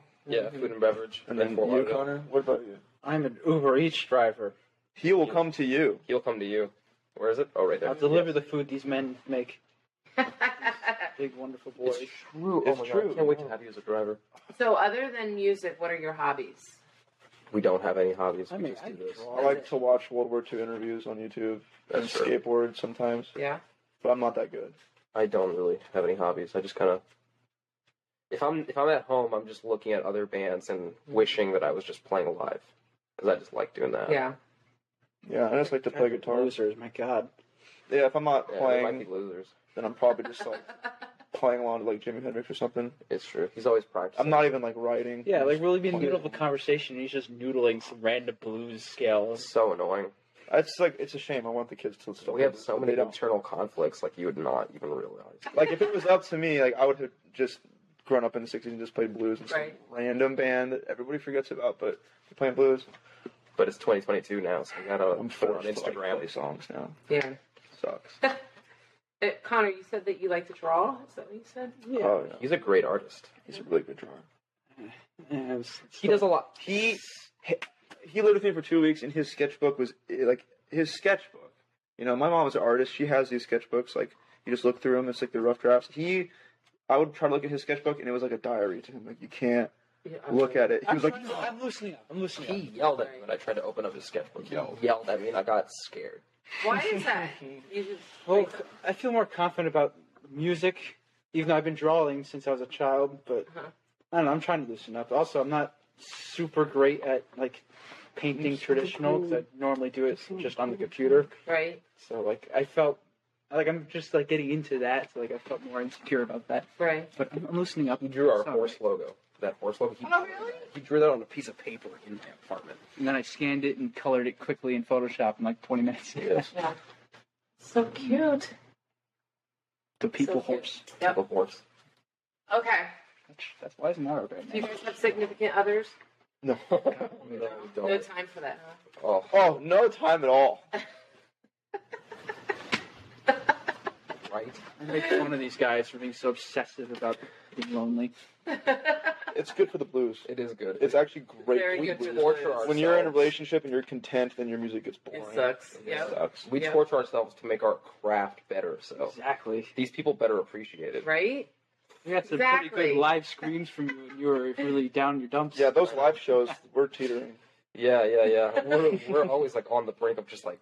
Speaker 2: industry. Yeah, food Mm-hmm. and beverage.
Speaker 3: And
Speaker 2: in
Speaker 3: then
Speaker 2: Fort
Speaker 3: you,
Speaker 2: Lauderdale.
Speaker 3: Connor. What about you?
Speaker 5: I'm an Uber Eats driver.
Speaker 3: He will come to you.
Speaker 2: He'll come to you. Where is it? Oh, right there.
Speaker 5: I'll deliver the food these men make. Big, wonderful
Speaker 2: It's
Speaker 5: boys.
Speaker 2: true.
Speaker 3: It's
Speaker 2: oh my God,
Speaker 3: true.
Speaker 2: I can't wait to have you as a driver.
Speaker 1: so, other than music, what are your hobbies?
Speaker 2: We don't have any hobbies.
Speaker 5: I
Speaker 2: we
Speaker 5: mean,
Speaker 2: just
Speaker 5: I
Speaker 2: do this.
Speaker 5: draw.
Speaker 3: I like to watch World War II interviews on YouTube and
Speaker 2: That's true.
Speaker 3: skateboard sometimes,
Speaker 1: Yeah?
Speaker 3: but I'm not that good.
Speaker 2: I don't really have any hobbies. I just kind of if I'm if I'm at home, I'm just looking at other bands and wishing that I was just playing live because I just like doing that.
Speaker 1: Yeah.
Speaker 3: Yeah, I just like to play guitar.
Speaker 5: Losers, my God.
Speaker 3: Yeah, if I'm not
Speaker 2: Yeah, they might
Speaker 3: playing,
Speaker 2: be losers.
Speaker 3: then I'm probably just like playing along to like Jimi Hendrix or something.
Speaker 2: It's true. He's always practicing.
Speaker 3: I'm not even like writing.
Speaker 5: Yeah, like really be in the middle of a
Speaker 3: Wonderful.
Speaker 5: conversation and he's just noodling some random blues
Speaker 2: It's
Speaker 5: scales.
Speaker 2: so annoying.
Speaker 3: it's like it's a shame. I want the kids to still.
Speaker 2: We have so
Speaker 3: but
Speaker 2: many
Speaker 3: They don't.
Speaker 2: internal conflicts, like you would not even realize.
Speaker 3: Like if it was up to me, like I would have just grown up in the '60s and just played blues and some
Speaker 1: Right.
Speaker 3: random band that everybody forgets about, but they're playing blues.
Speaker 2: But it's 2022 now, so I gotta
Speaker 3: I'm
Speaker 2: put it on
Speaker 3: forced to like,
Speaker 2: Instagram.
Speaker 3: play songs now.
Speaker 1: Yeah.
Speaker 3: Sucks.
Speaker 1: Uh, Connor, you said that you like to draw. Is that what you said?
Speaker 3: Oh yeah,
Speaker 2: He's a great artist.
Speaker 3: he's a really good drawer.
Speaker 4: And it was-
Speaker 2: He does a lot.
Speaker 3: he he lived with me for two weeks, and his sketchbook was eh, like his sketchbook. You know, my mom is an artist; she has these sketchbooks. Like you just look through them; it's like the rough drafts. He, I would try to look at his sketchbook, and it was like a diary to him. Like you can't
Speaker 1: Yeah,
Speaker 3: look at it. He
Speaker 4: I'm
Speaker 3: was like,
Speaker 4: trying to- I'm loosening up. I'm loosening
Speaker 2: He yelled at me when I tried to open up his sketchbook. He
Speaker 3: Yo.
Speaker 2: yelled at me, and I got scared.
Speaker 1: Why is that? You just,
Speaker 4: up. Well, I feel more confident about music, even though I've been drawing since I was a child. But
Speaker 1: Uh-huh.
Speaker 4: I don't know. I'm trying to loosen up. Also, I'm not super great at like painting traditional 'cause I normally do it just on the computer.
Speaker 1: right,
Speaker 4: So like I felt like I'm just like getting into that. So like I felt more insecure about that.
Speaker 1: right.
Speaker 4: But I'm, I'm loosening up.
Speaker 2: He drew our
Speaker 4: Sorry.
Speaker 2: horse logo. That horse logo. He,
Speaker 1: Oh, really?
Speaker 2: He drew that on a piece of paper in my apartment.
Speaker 4: And then I scanned it and colored it quickly in Photoshop in like 20 minutes.
Speaker 2: Yes.
Speaker 1: Yeah. So cute.
Speaker 4: the people
Speaker 1: So cute.
Speaker 4: horse.
Speaker 1: Yep.
Speaker 2: A horse.
Speaker 1: Okay.
Speaker 4: That's, that's why it's not right
Speaker 1: Do you
Speaker 4: now.
Speaker 1: guys have significant others?
Speaker 3: no,
Speaker 2: No, we
Speaker 1: no,
Speaker 2: don't.
Speaker 1: no time for that, huh?
Speaker 2: Oh,
Speaker 3: oh, no time at all.
Speaker 2: right.
Speaker 4: I make fun of these guys for being so obsessive about being lonely.
Speaker 3: It's good for the blues.
Speaker 2: It is good.
Speaker 3: It's actually great.
Speaker 1: Very
Speaker 3: We-
Speaker 1: good for the
Speaker 2: torture
Speaker 1: blues.
Speaker 2: ourselves.
Speaker 3: when you're in a relationship and you're content, then your music gets boring.
Speaker 1: It sucks.
Speaker 2: It
Speaker 1: Yeah.
Speaker 3: sucks.
Speaker 2: we
Speaker 1: Yeah.
Speaker 2: torture ourselves to make our craft better.
Speaker 4: Oh.
Speaker 2: So
Speaker 4: Exactly.
Speaker 2: these people better appreciate it.
Speaker 1: Right?
Speaker 4: We had some pretty
Speaker 1: Exactly.
Speaker 4: good live screams from you when you were really down in your dumps.
Speaker 3: Yeah, those live shows we're teetering.
Speaker 2: Yeah, yeah, yeah. We're we're always like on the brink of just like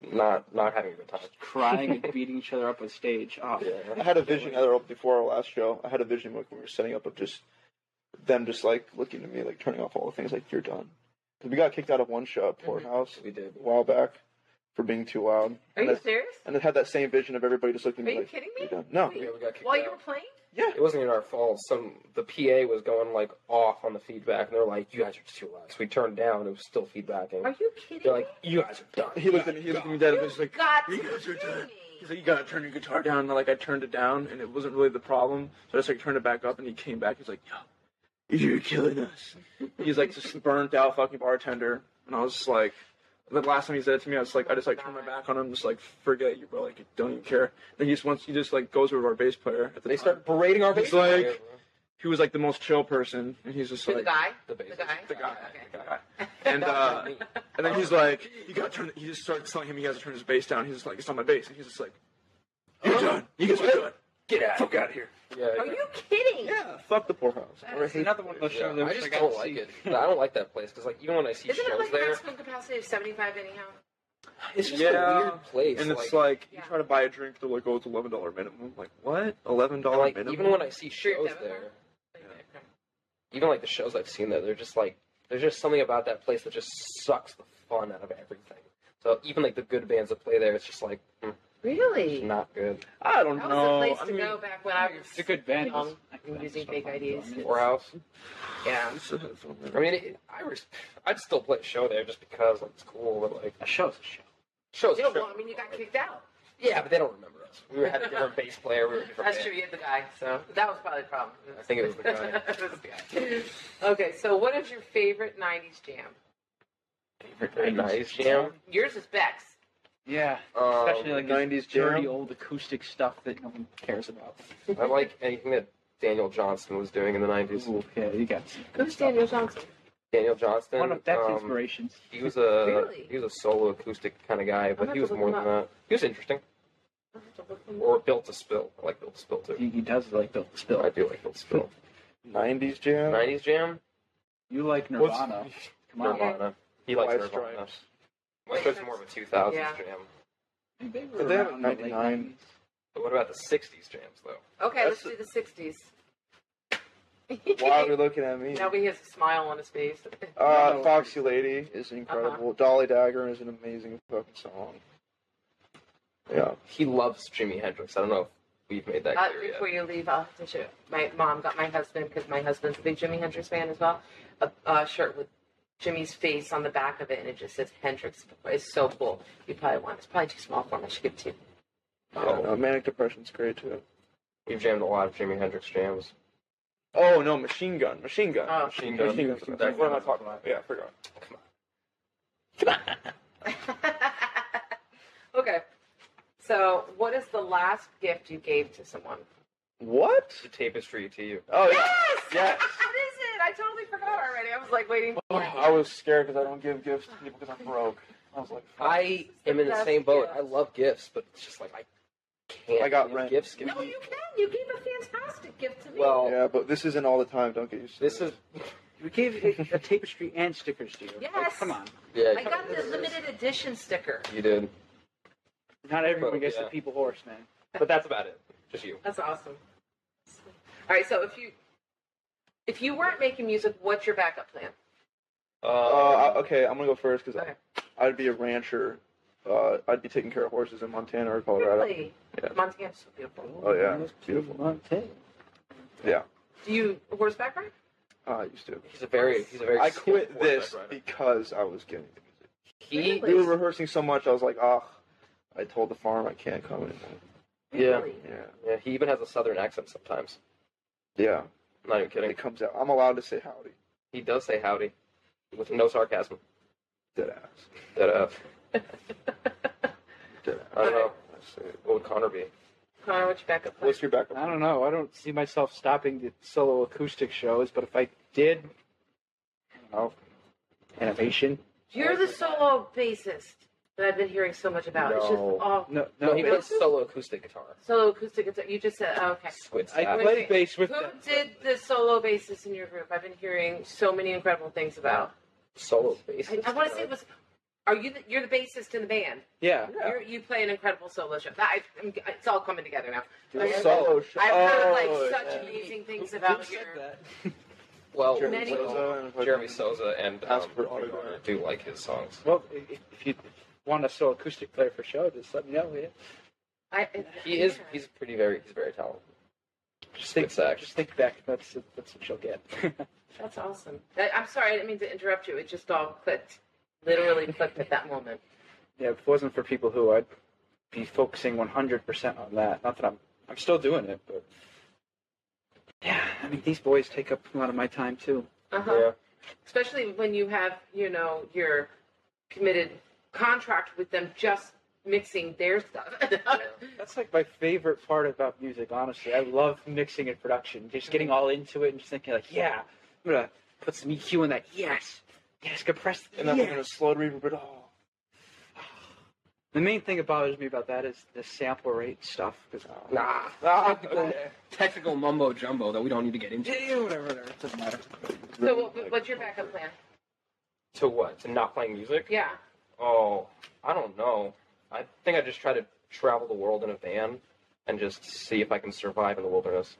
Speaker 2: not not having a good time.
Speaker 4: crying and beating each other up on stage. Oh,
Speaker 3: I
Speaker 2: Yeah.
Speaker 3: had a vision other before our last show. I had a vision like we were setting up of just them just like looking at me, like turning off all the things, like you're done. 'Cause we got kicked out of one show at Porterhouse
Speaker 2: We did.
Speaker 3: a while back for being too loud.
Speaker 1: Mm-hmm. Are
Speaker 3: and
Speaker 1: you
Speaker 3: I,
Speaker 1: serious?
Speaker 3: and I had that same vision of everybody just looking
Speaker 1: Are
Speaker 3: at me
Speaker 1: you
Speaker 3: like,
Speaker 1: kidding me?
Speaker 3: you're done. No,
Speaker 1: Wait.
Speaker 2: Yeah, we got kicked
Speaker 1: While you
Speaker 2: out.
Speaker 1: were playing?
Speaker 2: It wasn't even our fault. Some the PA was going like off on the feedback, and they're like, "You guys are too loud." So we turned down. It was still feedbacking.
Speaker 1: Are you kidding
Speaker 2: They're
Speaker 1: me?
Speaker 2: like, "You guys are done."
Speaker 3: he looked at me. He looked at me dead. and was like,
Speaker 1: Got
Speaker 3: you
Speaker 1: to
Speaker 3: guys are
Speaker 1: be kidding
Speaker 3: done.
Speaker 1: me.
Speaker 3: He's like, you gotta turn your guitar down. And like, I turned it down, and it wasn't really the problem. So I just like turned it back up, and he came back. He's like, yo, you're killing us. He's like this burnt out fucking bartender, and I was just like, the last time he said it to me, I was like, I just like turned my back on him, just like forget you, bro. Like, don't even care. Then he just once he just like goes over to our bass player. At the
Speaker 2: They
Speaker 3: time.
Speaker 2: start berating our
Speaker 3: He's
Speaker 2: bass player,
Speaker 3: like-
Speaker 2: bro.
Speaker 3: He was like the most chill person, and he's just
Speaker 1: To the
Speaker 3: like
Speaker 1: guy?
Speaker 2: the
Speaker 1: The
Speaker 2: bass.
Speaker 1: guy?
Speaker 3: the guy.
Speaker 1: Okay.
Speaker 3: The guy. And uh, and then
Speaker 2: Oh.
Speaker 3: he's like, you gotta turn. He just starts telling him he has to turn his bass down. He's just like, it's on my bass, and he's just like, you're done. You guys are done.
Speaker 2: Get out!
Speaker 3: Fuck out of here.
Speaker 2: Yeah,
Speaker 1: Are you kidding?
Speaker 3: Yeah, fuck the poorhouse.
Speaker 4: it's another one of those shows
Speaker 2: Yeah,
Speaker 4: that
Speaker 2: I
Speaker 4: wish
Speaker 2: just
Speaker 4: got
Speaker 2: don't
Speaker 4: to
Speaker 2: like
Speaker 4: see.
Speaker 2: it. I don't like that place because, like, even when I see
Speaker 1: Isn't it
Speaker 2: shows
Speaker 1: like
Speaker 2: there,
Speaker 1: maximum capacity of 75 anyhow?
Speaker 2: it's just
Speaker 3: Yeah.
Speaker 2: a weird place.
Speaker 3: And it's
Speaker 2: like,
Speaker 3: like
Speaker 1: Yeah.
Speaker 3: you try to buy a drink, they're like, oh, it's eleven dollar minimum. I'm like, what? Eleven
Speaker 2: and,
Speaker 3: dollar
Speaker 2: like,
Speaker 3: minimum?
Speaker 2: even when I see
Speaker 1: Sure,
Speaker 2: shows
Speaker 1: Devin.
Speaker 2: there, even like the shows I've seen there, they're just like there's just something about that place that just sucks the fun out of everything. So even like the good bands that play there, it's just like mm, it's
Speaker 1: Really?
Speaker 2: not good.
Speaker 3: I don't
Speaker 1: That was
Speaker 3: know.
Speaker 1: the place
Speaker 3: I
Speaker 1: to
Speaker 3: mean,
Speaker 1: go back when I was.
Speaker 4: It's a good band.
Speaker 1: Um,
Speaker 4: I can
Speaker 1: using
Speaker 4: stuff
Speaker 1: fake
Speaker 4: on
Speaker 1: IDs.
Speaker 4: drawing it.
Speaker 2: Or else,
Speaker 1: Yeah.
Speaker 3: it's- it's on
Speaker 2: I
Speaker 3: there.
Speaker 2: mean, it, I res- I'd still play a show there just because like it's cool, but like
Speaker 4: A show's a show.
Speaker 2: shows.
Speaker 1: Yeah,
Speaker 2: a show.
Speaker 1: well, I mean, you got kicked out.
Speaker 2: yeah, but they don't remember us. We were, had a different bass player. We were a different
Speaker 1: That's
Speaker 2: band.
Speaker 1: true. You had the guy, so that was probably the problem.
Speaker 2: I think it was the guy.
Speaker 1: It was the guy. okay, so what is your favorite '90s jam?
Speaker 2: Very nice jam.
Speaker 1: Yours is Beck's.
Speaker 4: Yeah.
Speaker 2: Um,
Speaker 4: Especially like
Speaker 3: 90s
Speaker 4: 90s
Speaker 3: jam.
Speaker 4: dirty old acoustic stuff that no one cares about.
Speaker 2: Um, I like anything that Daniel Johnston was doing in the nineties.
Speaker 4: Ooh, yeah, you got some good
Speaker 1: Who's
Speaker 4: stuff.
Speaker 1: Daniel Johnson?
Speaker 2: Daniel Johnston.
Speaker 4: One of that's
Speaker 2: um,
Speaker 4: inspirations.
Speaker 2: He was a
Speaker 1: Really?
Speaker 2: he was a solo acoustic kind of guy,
Speaker 1: I'll
Speaker 2: but
Speaker 1: have
Speaker 2: he
Speaker 1: to
Speaker 2: was
Speaker 1: look
Speaker 2: more
Speaker 1: him
Speaker 2: than that. He was interesting.
Speaker 1: I'll have to look him up.
Speaker 2: Or Built to Spill. I like Built to Spill too.
Speaker 4: He, he does like the
Speaker 2: I
Speaker 4: spill.
Speaker 2: do like Built to Spill.
Speaker 3: 90s jam.
Speaker 2: Nineties Jam.
Speaker 4: You like
Speaker 3: What's-
Speaker 4: Nirvana. Come on.
Speaker 2: Nirvana. He likes
Speaker 3: White
Speaker 2: Nirvana.
Speaker 3: Stripes.
Speaker 2: My choice is more of a two thousands
Speaker 1: Yeah.
Speaker 2: jam.
Speaker 4: They were
Speaker 3: But they have
Speaker 4: around in the late
Speaker 3: 99.
Speaker 4: 90s.
Speaker 2: But what about the sixties jams though?
Speaker 1: Okay, let's do
Speaker 3: That's-
Speaker 1: the '60s.
Speaker 3: Why are they looking at me?
Speaker 1: now he has a smile on his face.
Speaker 3: Uh, Foxy Lady is incredible.
Speaker 1: Uh-huh.
Speaker 3: Dolly Dagger is an amazing fucking song. Yeah.
Speaker 2: He loves Jimi Hendrix. I don't know if we've made that
Speaker 1: Uh,
Speaker 2: clear yet.
Speaker 1: before you leave, I'll have to show. My mom got my husband because my husband's a big Jimi Hendrix fan as well. A, a shirt with Jimmy's face on the back of it, and it just says Hendrix. It's so cool. You probably want. It's probably too small for him. I should give it to you.
Speaker 3: yeah
Speaker 2: Oh,
Speaker 3: no, Manic Depression's great too.
Speaker 2: We've jammed a lot of Jimi Hendrix jams.
Speaker 3: Oh no, Machine Gun. Machine Gun.
Speaker 1: Oh,
Speaker 2: Ah, Machine
Speaker 3: Machine
Speaker 2: Gun.
Speaker 3: Gun. What am I talking about? Yeah, I forgot.
Speaker 1: okay. So, what is the last gift you gave to someone?
Speaker 3: What?
Speaker 2: It's a tapestry to you.
Speaker 3: Oh, yeah.
Speaker 1: Yes!
Speaker 3: Yes.
Speaker 1: What is it? I totally forgot already. I was like waiting.
Speaker 3: Oh, I was scared because I don't give gifts to people because I'm broke. I was like, fuck.
Speaker 2: I am in the same boat. I love gifts, but it's just like I can't.
Speaker 3: I got
Speaker 2: give
Speaker 3: rent.
Speaker 2: gifts.
Speaker 1: No, you can. You gave a fantastic gift to me.
Speaker 2: Well,
Speaker 3: yeah, but this isn't all the time. Don't get used to
Speaker 2: this is
Speaker 4: We gave a, a tapestry and stickers to you. Like,
Speaker 1: Yes.
Speaker 4: come on.
Speaker 2: yeah.
Speaker 1: I got the limited edition sticker.
Speaker 2: You did,
Speaker 4: Not everyone
Speaker 2: Well,
Speaker 4: gets
Speaker 2: yeah.
Speaker 4: the people horse, man.
Speaker 2: but that's about it. Just you.
Speaker 1: That's awesome. All right, so if you if you weren't making music, what's your backup plan?
Speaker 2: Uh,
Speaker 3: Uh, I, okay, I'm gonna go first because
Speaker 1: Okay.
Speaker 3: I'd be a rancher. Uh, I'd be taking care of horses in Montana or Colorado.
Speaker 1: Really,
Speaker 3: Yeah.
Speaker 1: Montana's so beautiful.
Speaker 3: Oh yeah, beautiful.
Speaker 1: Do you horseback ride?
Speaker 3: Uh, I used to.
Speaker 2: he's a very he's a very.
Speaker 3: I
Speaker 2: skilled
Speaker 3: quit this
Speaker 2: horseback rider.
Speaker 3: because I was getting.
Speaker 2: He
Speaker 3: We were rehearsing so much. I was like, ah. I told the farm I can't come anymore.
Speaker 2: yeah
Speaker 1: Really?
Speaker 3: Yeah.
Speaker 2: yeah he even has a southern accent sometimes.
Speaker 3: Yeah.
Speaker 2: I'm not even
Speaker 3: And
Speaker 2: kidding.
Speaker 3: it comes out. I'm allowed to say howdy.
Speaker 2: He does say howdy with no sarcasm.
Speaker 3: Dead ass.
Speaker 2: That uh,
Speaker 3: Dead
Speaker 2: I
Speaker 3: ass.
Speaker 2: don't know
Speaker 3: I say it.
Speaker 2: what would Connor be.
Speaker 1: Connor, what's your backup plan?
Speaker 3: What's your backup?
Speaker 4: I don't know. I don't see myself stopping the solo acoustic shows, but if I did,
Speaker 3: Oh.
Speaker 4: I don't know, animation.
Speaker 1: You're the solo bassist that I've been hearing so much about. It's just
Speaker 2: No.
Speaker 1: all
Speaker 4: No,
Speaker 2: No,
Speaker 4: no.
Speaker 2: he
Speaker 1: but-
Speaker 2: plays solo acoustic guitar.
Speaker 1: solo acoustic. guitar. You just said, oh, okay.
Speaker 2: Squid
Speaker 4: I
Speaker 2: style.
Speaker 1: Wait,
Speaker 4: play
Speaker 1: wait.
Speaker 4: bass with
Speaker 1: Who
Speaker 4: them.
Speaker 1: did the solo bassist in your group? I've been hearing so many incredible things about.
Speaker 2: solo bass.
Speaker 1: I, I want to say it was. Are you? The, you're the bassist in the band.
Speaker 4: Yeah.
Speaker 1: You're, you play an incredible solo show. That, I, I'm, it's all coming together now.
Speaker 3: Do
Speaker 1: Like,
Speaker 3: a solo show.
Speaker 1: I've heard like
Speaker 3: Oh,
Speaker 1: such
Speaker 3: yeah.
Speaker 1: amazing things about your.
Speaker 2: well,
Speaker 3: Jeremy
Speaker 1: Many-
Speaker 3: Sosa and-
Speaker 2: Jeremy Souza and um,
Speaker 3: Ask for
Speaker 2: Rick
Speaker 3: autograph.
Speaker 2: Garner do like his songs.
Speaker 4: Well, i- i- if you want a solo acoustic player for show, just let me know. Yeah.
Speaker 1: I,
Speaker 2: He is
Speaker 1: yeah.
Speaker 2: he's pretty very he's very talented.
Speaker 4: Just
Speaker 2: Squid
Speaker 4: think,
Speaker 2: sack.
Speaker 4: just think back. That's that's what you'll get.
Speaker 1: That's awesome. I, I'm sorry, I didn't mean to interrupt you. It just all clicked. Literally clicked at that moment.
Speaker 4: yeah, if it wasn't for people who I'd be focusing 100% on that. Not that I'm I'm still doing it, but yeah, I mean these boys take up a lot of my time too.
Speaker 1: Uh-huh. Especially when you have, you know, your committed contract with them just mixing their stuff.
Speaker 4: That's like my favorite part about music, honestly. I love mixing and production, just getting all into it and just thinking like, yeah, I'm gonna put some EQ in that. Yes, yes, compress.
Speaker 3: And then
Speaker 4: yes.
Speaker 3: we're gonna slow reverb it all.
Speaker 4: The main thing that bothers me about that is the sample rate stuff. 'cause-
Speaker 2: Nah.
Speaker 3: Ah,
Speaker 2: okay. Technical mumbo jumbo that we don't need to get into.
Speaker 4: Yeah, yeah, whatever, whatever. It doesn't matter.
Speaker 1: so what, what's your backup plan?
Speaker 2: To what? To not playing music?
Speaker 1: Yeah.
Speaker 2: Oh, I don't know. I think I just try to travel the world in a van and just see if I can survive in the wilderness.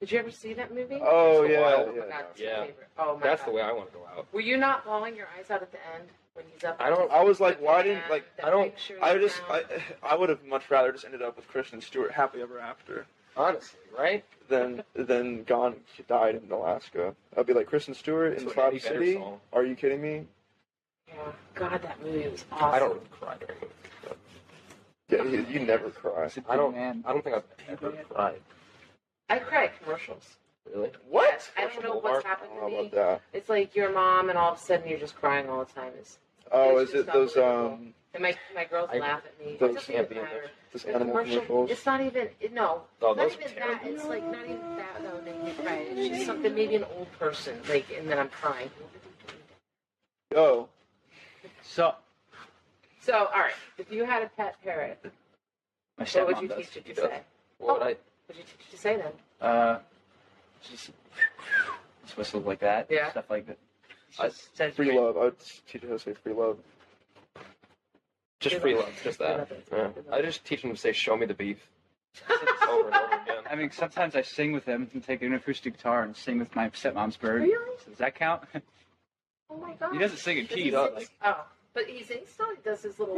Speaker 1: Did you ever see that movie?
Speaker 3: Oh
Speaker 2: It's a
Speaker 3: yeah,
Speaker 2: wild-
Speaker 1: my God,
Speaker 3: yeah.
Speaker 1: it's my
Speaker 2: Yeah.
Speaker 1: favorite. Oh my
Speaker 2: That's
Speaker 1: God.
Speaker 2: the way I want to go out.
Speaker 1: Were you not bawling your eyes out at the end when he's up?
Speaker 2: I don't.
Speaker 3: I was like, why didn't like
Speaker 2: I don't-
Speaker 3: I just I I would have much rather just ended up with Christian Stewart happy ever after
Speaker 2: Honestly, right?
Speaker 3: than than gone she died in Alaska. I'd be like Kristen Stewart
Speaker 2: That's
Speaker 3: in
Speaker 2: what
Speaker 3: Cloud
Speaker 2: Eddie Vedder
Speaker 3: City.
Speaker 2: song.
Speaker 3: Are you kidding me?
Speaker 1: Yeah. God, that movie was awesome.
Speaker 2: I don't really cry during. it.
Speaker 3: Yeah, you, you never cry.
Speaker 4: It's a big
Speaker 2: I don't.
Speaker 4: man.
Speaker 2: I don't think I've ever cried.
Speaker 1: I cry at commercials.
Speaker 2: Really?
Speaker 1: What? I don't know what's
Speaker 3: I
Speaker 1: happened
Speaker 3: don't
Speaker 1: to
Speaker 3: know
Speaker 1: me.
Speaker 3: about that.
Speaker 1: It's like your mom, and all of a sudden you're just crying all the time. It's,
Speaker 3: Oh,
Speaker 1: It's
Speaker 3: is it
Speaker 1: just
Speaker 3: those
Speaker 1: unbelievable.
Speaker 3: um
Speaker 1: and my my girls
Speaker 2: I-
Speaker 1: laugh at me. It
Speaker 3: those
Speaker 1: doesn't
Speaker 2: can't
Speaker 1: even
Speaker 2: be in
Speaker 1: matter.
Speaker 3: those
Speaker 1: The
Speaker 3: animal
Speaker 1: commercial-
Speaker 3: commercials?
Speaker 1: It's not even it, no.
Speaker 2: Oh,
Speaker 1: not
Speaker 2: those
Speaker 1: even
Speaker 2: are
Speaker 1: that.
Speaker 2: terrible.
Speaker 1: It's like not even that though. They make cry. It's just something maybe an old person like, and then I'm crying.
Speaker 3: Oh,
Speaker 4: So
Speaker 1: So all right, if you had a pet parrot,
Speaker 4: my
Speaker 1: what would
Speaker 4: stepmom
Speaker 1: you
Speaker 4: does.
Speaker 1: teach it
Speaker 2: He
Speaker 1: to
Speaker 2: does.
Speaker 1: say?
Speaker 2: What would I?
Speaker 1: What would you teach it to say then?
Speaker 4: Uh, just, just whistle like that.
Speaker 1: Yeah.
Speaker 4: Stuff like that.
Speaker 2: I-
Speaker 4: Just, says-
Speaker 3: free love. I'd teach her how to say free love.
Speaker 2: Just
Speaker 1: Free
Speaker 2: free
Speaker 1: love.
Speaker 2: love, just
Speaker 1: Free
Speaker 2: that.
Speaker 1: love, it's
Speaker 2: Yeah.
Speaker 1: free love.
Speaker 2: I just teach them to say, "Show me the beef." over and over again.
Speaker 4: I mean, sometimes I sing with them and take an acoustic guitar and sing with my stepmom's bird.
Speaker 1: Really?
Speaker 4: Does that count?
Speaker 1: Oh my god.
Speaker 4: he doesn't sing in
Speaker 1: Does he
Speaker 4: key,
Speaker 1: sing-
Speaker 4: though. Like,
Speaker 1: Oh, but he sings still. He does his little.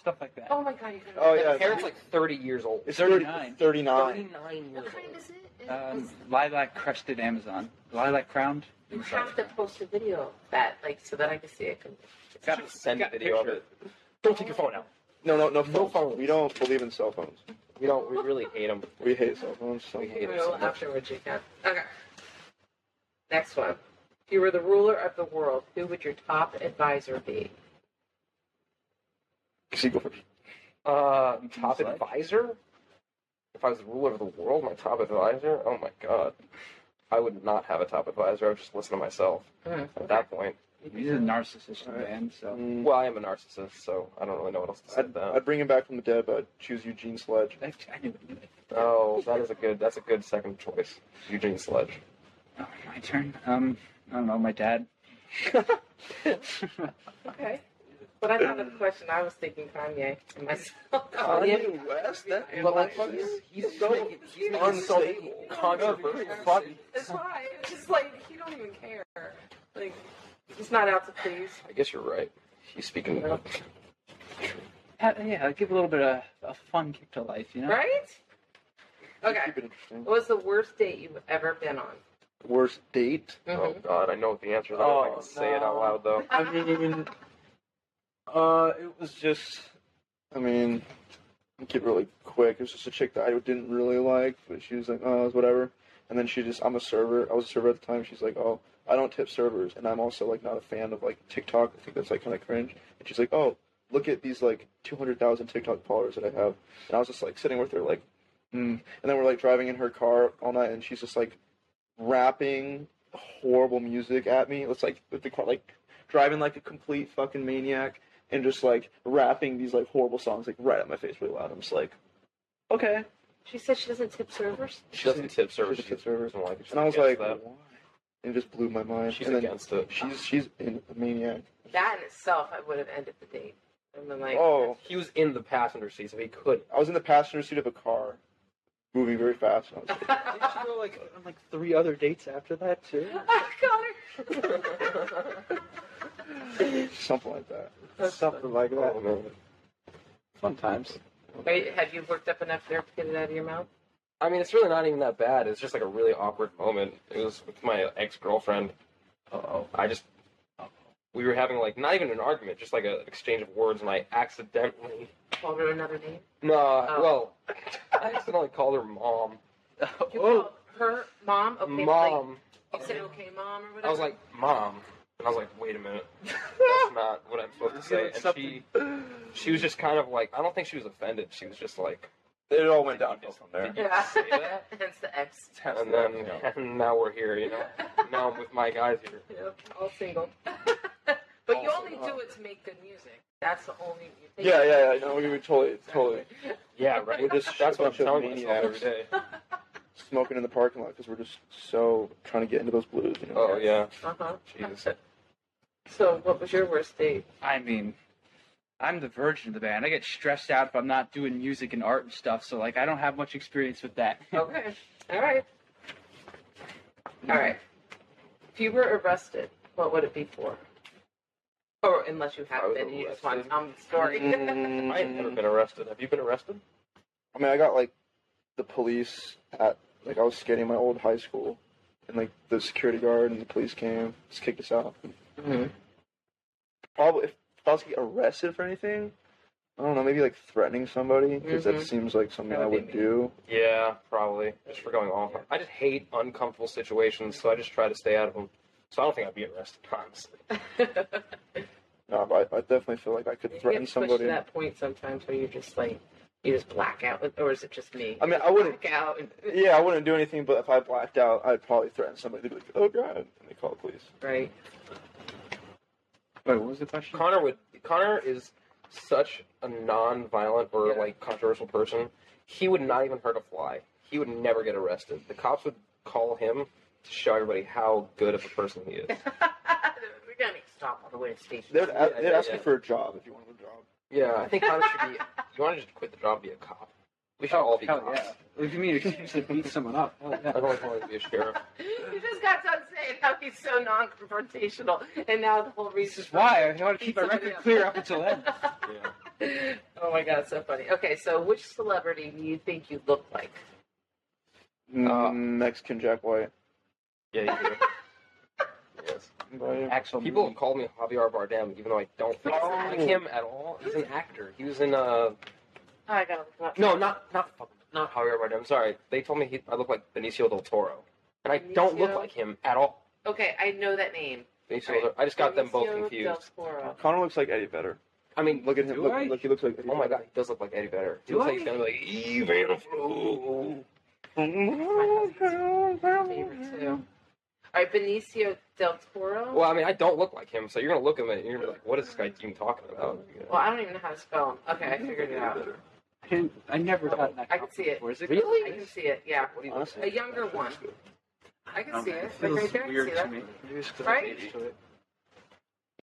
Speaker 4: stuff like that.
Speaker 1: oh my god, you
Speaker 3: Oh
Speaker 2: The
Speaker 3: yeah,
Speaker 2: parent's like 30 years old.
Speaker 3: it's 30,
Speaker 4: 39.
Speaker 3: 39.
Speaker 2: 39 years
Speaker 1: What kind is it?
Speaker 2: Uh,
Speaker 4: Um, lilac crested Amazon. Lilac crowned.
Speaker 1: you have to post a video of that, like, so that I can see it.
Speaker 2: old. Just send a video of it. Don't take your phone out.
Speaker 3: No, no, no, phones.
Speaker 2: phones.
Speaker 3: We don't believe in cell phones.
Speaker 2: We don't. We really hate them.
Speaker 3: We hate cell phones. So
Speaker 2: We
Speaker 3: much.
Speaker 2: hate
Speaker 1: Maybe
Speaker 2: them
Speaker 1: we'll
Speaker 2: so much.
Speaker 1: afterwards you can. Okay. Next one. you were the ruler of the world, who would your top advisor be?
Speaker 2: Uh,
Speaker 4: can
Speaker 2: top
Speaker 4: select.
Speaker 2: advisor? If I was the ruler of the world, my top advisor? Oh my god. I would not have a top advisor. I would just listen to myself
Speaker 3: Hmm.
Speaker 1: Mm,
Speaker 2: at that point.
Speaker 4: He's a narcissist man, so
Speaker 3: Mm,
Speaker 2: Well, I am a narcissist, so I don't really know what else to say to
Speaker 3: I'd,
Speaker 2: that.
Speaker 3: I'd bring him back from the dead, but I'd choose Eugene Sledge.
Speaker 4: I, I knew it.
Speaker 2: Oh, that is a good. That's a good second choice, Eugene Sledge.
Speaker 4: Oh, my turn. Um, I don't know, my dad. Uh,
Speaker 1: Okay. But I thought of the question. I was thinking Kanye and myself.
Speaker 5: West? That
Speaker 2: But like, he's, he's so he's unstable, controversial. Fuck.
Speaker 1: That's why. It's just like he don't even care. Like he's not out to please.
Speaker 2: I guess you're right. He's speaking. Of,
Speaker 4: Ha- Yeah, give a little bit of a fun kick to life, you know?
Speaker 1: Right? Okay.
Speaker 3: Keep it interesting.
Speaker 1: What was the worst date you've ever been on?
Speaker 3: Worst date?
Speaker 2: oh
Speaker 1: Mhm.
Speaker 2: God, I know what the answer is. I don't know if I
Speaker 5: Oh,
Speaker 2: can say it out
Speaker 5: no.
Speaker 2: loud though.
Speaker 5: I mean, even, uh, it was just
Speaker 3: I mean, I'll keep it really quick. It was just a chick that I didn't really like, but she was like, oh, it's whatever. And then she just, I'm a server. I was a server at the time. She's like, oh, I don't tip servers, and I'm also like not a fan of like TikTok. I think that's like kind of cringe. And she's like, oh, look at these like 200,000 TikTok followers that I have. And I was just like sitting with her like, mm. and then we're like driving in her car all night, and she's just like rapping horrible music at me. It's like with the car, like driving like a complete fucking maniac and just like rapping these like horrible songs like right at my face really loud. I'm just like, okay.
Speaker 1: She said she doesn't tip servers.
Speaker 2: She doesn't tip service.
Speaker 3: She's a
Speaker 2: She
Speaker 3: tip server.
Speaker 2: doesn't like it. She's
Speaker 3: And I was like,
Speaker 2: against
Speaker 3: why? And it just blew my
Speaker 2: that.
Speaker 3: mind.
Speaker 2: she's
Speaker 3: and then
Speaker 2: against it.
Speaker 3: she's she's in a maniac.
Speaker 1: That in itself, I would have ended the date. And been like,
Speaker 3: Oh,
Speaker 2: He was in the passenger seat, so he could.
Speaker 3: I was in the passenger seat of a car, moving very fast. And I was like,
Speaker 5: Didn't she go like on like three other dates after that too?
Speaker 1: I got her.
Speaker 3: something like that.
Speaker 1: That's
Speaker 5: Something like that.
Speaker 2: Oh, man.
Speaker 5: Sometimes.
Speaker 1: Wait, have you worked up enough there to get it out of your mouth?
Speaker 2: I mean, it's really not even that bad. It's just like a really awkward moment. It was with my ex girlfriend.
Speaker 4: Uh oh.
Speaker 2: I just we were having like not even an argument, just like an exchange of words, and I accidentally
Speaker 1: Called her another name.
Speaker 2: no,
Speaker 1: Oh.
Speaker 2: well, I accidentally called her mom.
Speaker 1: You
Speaker 4: Oh,
Speaker 1: called her mom. Okay, but, Like,
Speaker 2: mom,
Speaker 1: you said okay, mom, or whatever.
Speaker 2: I was like mom, and I was like, wait a minute, that's not what I'm supposed to say. And she she was just kind of like, I don't think she was offended. She was just like,
Speaker 3: It all went
Speaker 2: downhill
Speaker 3: downhill from
Speaker 2: there.
Speaker 3: there.
Speaker 1: yeah.
Speaker 2: say that?
Speaker 1: Hence the X.
Speaker 2: and then and now we're here, you know. Now I'm with my guys here.
Speaker 1: Yep, all single. but you
Speaker 2: All
Speaker 1: only do it to make good music. That's the only. You take
Speaker 3: Yeah,
Speaker 1: it-
Speaker 3: yeah, yeah. No, we were totally, totally
Speaker 2: Yeah, right.
Speaker 1: We're
Speaker 3: just
Speaker 2: that's what I'm
Speaker 3: a bunch of
Speaker 2: telling myself
Speaker 3: maniacs.
Speaker 2: every day.
Speaker 3: smoking in the parking lot because we're just so trying to get into those blues. You know?
Speaker 2: Oh yeah,
Speaker 1: Uh huh.
Speaker 2: Jesus.
Speaker 1: So, what was your worst date?
Speaker 4: I mean, I'm the virgin of the band. I get stressed out if I'm not doing music and art and stuff, so like I don't have much experience with that.
Speaker 2: Oh,
Speaker 1: Okay. All right. All right. If you were arrested, what would it be for? Or unless you
Speaker 2: I
Speaker 1: have
Speaker 2: was
Speaker 1: been, you just want to
Speaker 2: arrested.
Speaker 1: tell me the story.
Speaker 2: I ain't never been arrested. Have you been arrested?
Speaker 3: I mean, I got like the police at like I was skating my old high school, and like the security guard and the police came, just kicked us out.
Speaker 1: Mhm.
Speaker 3: Probably if, if I was to get arrested for anything, I don't know, maybe like threatening somebody because
Speaker 1: Mhm.
Speaker 3: that seems like something
Speaker 1: That
Speaker 3: I
Speaker 1: would
Speaker 3: would
Speaker 1: be me.
Speaker 3: do.
Speaker 2: Yeah, probably. Just for going off. I just hate uncomfortable situations, so I just try to stay out of them. So I don't think I'd be arrested, honestly.
Speaker 4: Mm-hmm.
Speaker 3: No, but I, I definitely feel like I
Speaker 1: You
Speaker 3: could
Speaker 1: get
Speaker 3: threaten
Speaker 1: pushed
Speaker 3: somebody.
Speaker 1: to that point sometimes where you're just like, you just black out, or is it just me?
Speaker 3: I mean,
Speaker 1: Just
Speaker 3: I wouldn't-
Speaker 1: black out. And,
Speaker 3: Yeah, I wouldn't do anything, but if I blacked out, I'd probably threaten somebody. They'd be like, "Oh god," and they call the police.
Speaker 1: Right.
Speaker 4: Wait, what was the question?
Speaker 2: Connor would Connor is such a non violent or
Speaker 1: Yeah.
Speaker 2: like controversial person. He would not even hurt a fly. He would never get arrested. The cops would call him to show everybody how good of a person he is.
Speaker 1: We're gonna make a stop on the way to the station.
Speaker 3: They'd, a
Speaker 2: Yeah,
Speaker 3: they'd
Speaker 2: yeah,
Speaker 3: ask
Speaker 2: yeah.
Speaker 3: you for a job if you wanted a job.
Speaker 2: Yeah, I think Connor should be you want to just quit the job and be a cop. We should all be
Speaker 4: Oh, hell
Speaker 2: cops.
Speaker 4: yeah. If you mean excuse to beat someone up, hell yeah.
Speaker 2: I don't want to be a sheriff.
Speaker 1: you just got done saying how he's so non-confrontational, and now the whole
Speaker 4: This
Speaker 1: reason.
Speaker 4: is why I want to keep my record clear up until then.
Speaker 2: Yeah.
Speaker 1: oh my god, so funny. Okay, so which celebrity do you think you look like?
Speaker 2: Uh,
Speaker 3: Mm, Mexican Jack White.
Speaker 2: Yeah, you do. yes.
Speaker 4: Axel
Speaker 2: People
Speaker 4: Moody.
Speaker 2: have called me Javier Bardem, even though I don't think
Speaker 1: Oh.
Speaker 2: I like him at all. He's an actor. He was in uh
Speaker 1: I gotta look it up.
Speaker 2: no, not not fuck- not Javier Bardem. Sorry, they told me he, I look like Benicio del Toro, and I don't look
Speaker 1: Benicio?
Speaker 2: like him at all.
Speaker 1: Okay, I know that name.
Speaker 2: Benicio del- I just got them both
Speaker 1: Benicio del
Speaker 2: confused.
Speaker 1: Toro.
Speaker 3: Connor looks like Eddie Vedder.
Speaker 2: I mean,
Speaker 3: Look at him.
Speaker 2: Do
Speaker 3: Look,
Speaker 2: I?
Speaker 3: look, he looks like. Eddie
Speaker 2: oh my
Speaker 3: Vedder.
Speaker 2: god, he does look like Eddie Vedder. He
Speaker 4: Do
Speaker 2: looks like
Speaker 4: I?
Speaker 2: he's gonna be like Evanflow. Oh,
Speaker 1: Favorite too. All right, Benicio del Toro.
Speaker 2: Well, I mean, I don't look like him, so you're gonna look at me and you're gonna be like, "What is this guy even talking about?" You know?
Speaker 1: Well, I don't even know how to spell him. Okay, I figured it out.
Speaker 4: I, didn't, I never got that.
Speaker 1: I can see it.
Speaker 4: Before. Is it
Speaker 2: Really?
Speaker 1: I can see it. Yeah,
Speaker 2: What do you
Speaker 3: Honestly,
Speaker 1: a younger one. I can
Speaker 4: Um,
Speaker 1: see
Speaker 4: it
Speaker 1: it. Like
Speaker 4: feels
Speaker 1: right there, I can see
Speaker 4: weird to
Speaker 1: that.
Speaker 4: me.
Speaker 1: Right?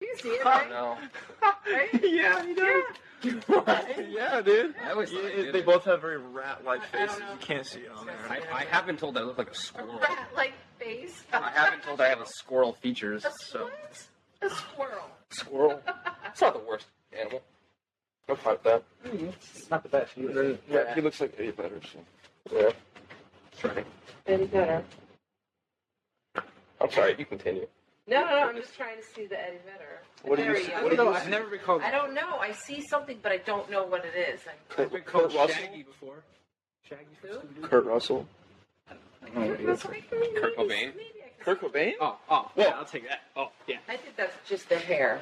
Speaker 1: You can see it,
Speaker 2: I
Speaker 1: right?
Speaker 2: don't know.
Speaker 1: Right?
Speaker 4: yeah, you know.
Speaker 5: yeah, dude.
Speaker 2: I always thought,
Speaker 5: Yeah,
Speaker 2: dude,
Speaker 5: they both have very rat-like
Speaker 1: I- I don't
Speaker 5: faces.
Speaker 1: know.
Speaker 5: You can't see it on there.
Speaker 2: I, I have been told that I look like a squirrel.
Speaker 1: Rat-like face.
Speaker 2: I have been told I have a squirrel features.
Speaker 1: A
Speaker 2: So
Speaker 1: what? A squirrel.
Speaker 2: squirrel. It's not the worst animal. I'm fine with that.
Speaker 5: It's not the best.
Speaker 3: And then, yeah, he looks like Eddie Vedder. So.
Speaker 2: Yeah. That's right.
Speaker 1: Any better?
Speaker 2: I'm sorry. You continue.
Speaker 1: No, no, I'm just trying to see the Eddie Vedder.
Speaker 3: What do you
Speaker 1: Very
Speaker 3: see-
Speaker 1: young.
Speaker 3: what do you-
Speaker 4: I've never been called.
Speaker 1: I don't know. I see something, but I don't know what it is. I'm-
Speaker 4: I've been called
Speaker 3: Kurt Russell?
Speaker 4: Shaggy before. Shaggy. from Scooby-Doo?
Speaker 3: Kurt Russell.
Speaker 1: Kurt
Speaker 2: Cobain?
Speaker 3: Kurt Cobain.
Speaker 4: Oh, oh, yeah, I'll take that. Oh, yeah.
Speaker 1: I think that's just the hair.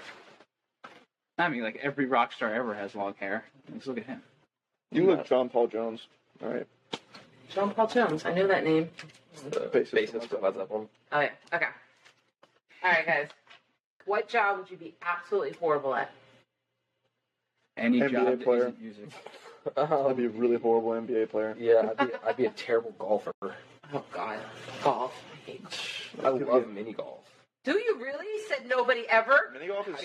Speaker 4: I mean, like every rock star ever has long hair. Let's look at him.
Speaker 3: You look John Paul Jones. All right.
Speaker 1: John Paul Jones. I know that name.
Speaker 2: The
Speaker 3: Basis for
Speaker 2: Uh, basis for
Speaker 3: Led
Speaker 2: Led Zeppelin.
Speaker 1: Oh yeah. Okay. All right, guys. What job would you be absolutely horrible at?
Speaker 4: Any
Speaker 3: NBA
Speaker 4: job that
Speaker 3: player.
Speaker 4: isn't music.
Speaker 3: I'd be a really horrible NBA player.
Speaker 2: Um, yeah, I'd be, I'd be a terrible golfer.
Speaker 1: Oh God, golf.
Speaker 2: I love mini golf.
Speaker 1: Do you really? Said nobody ever.
Speaker 3: Mini golf is.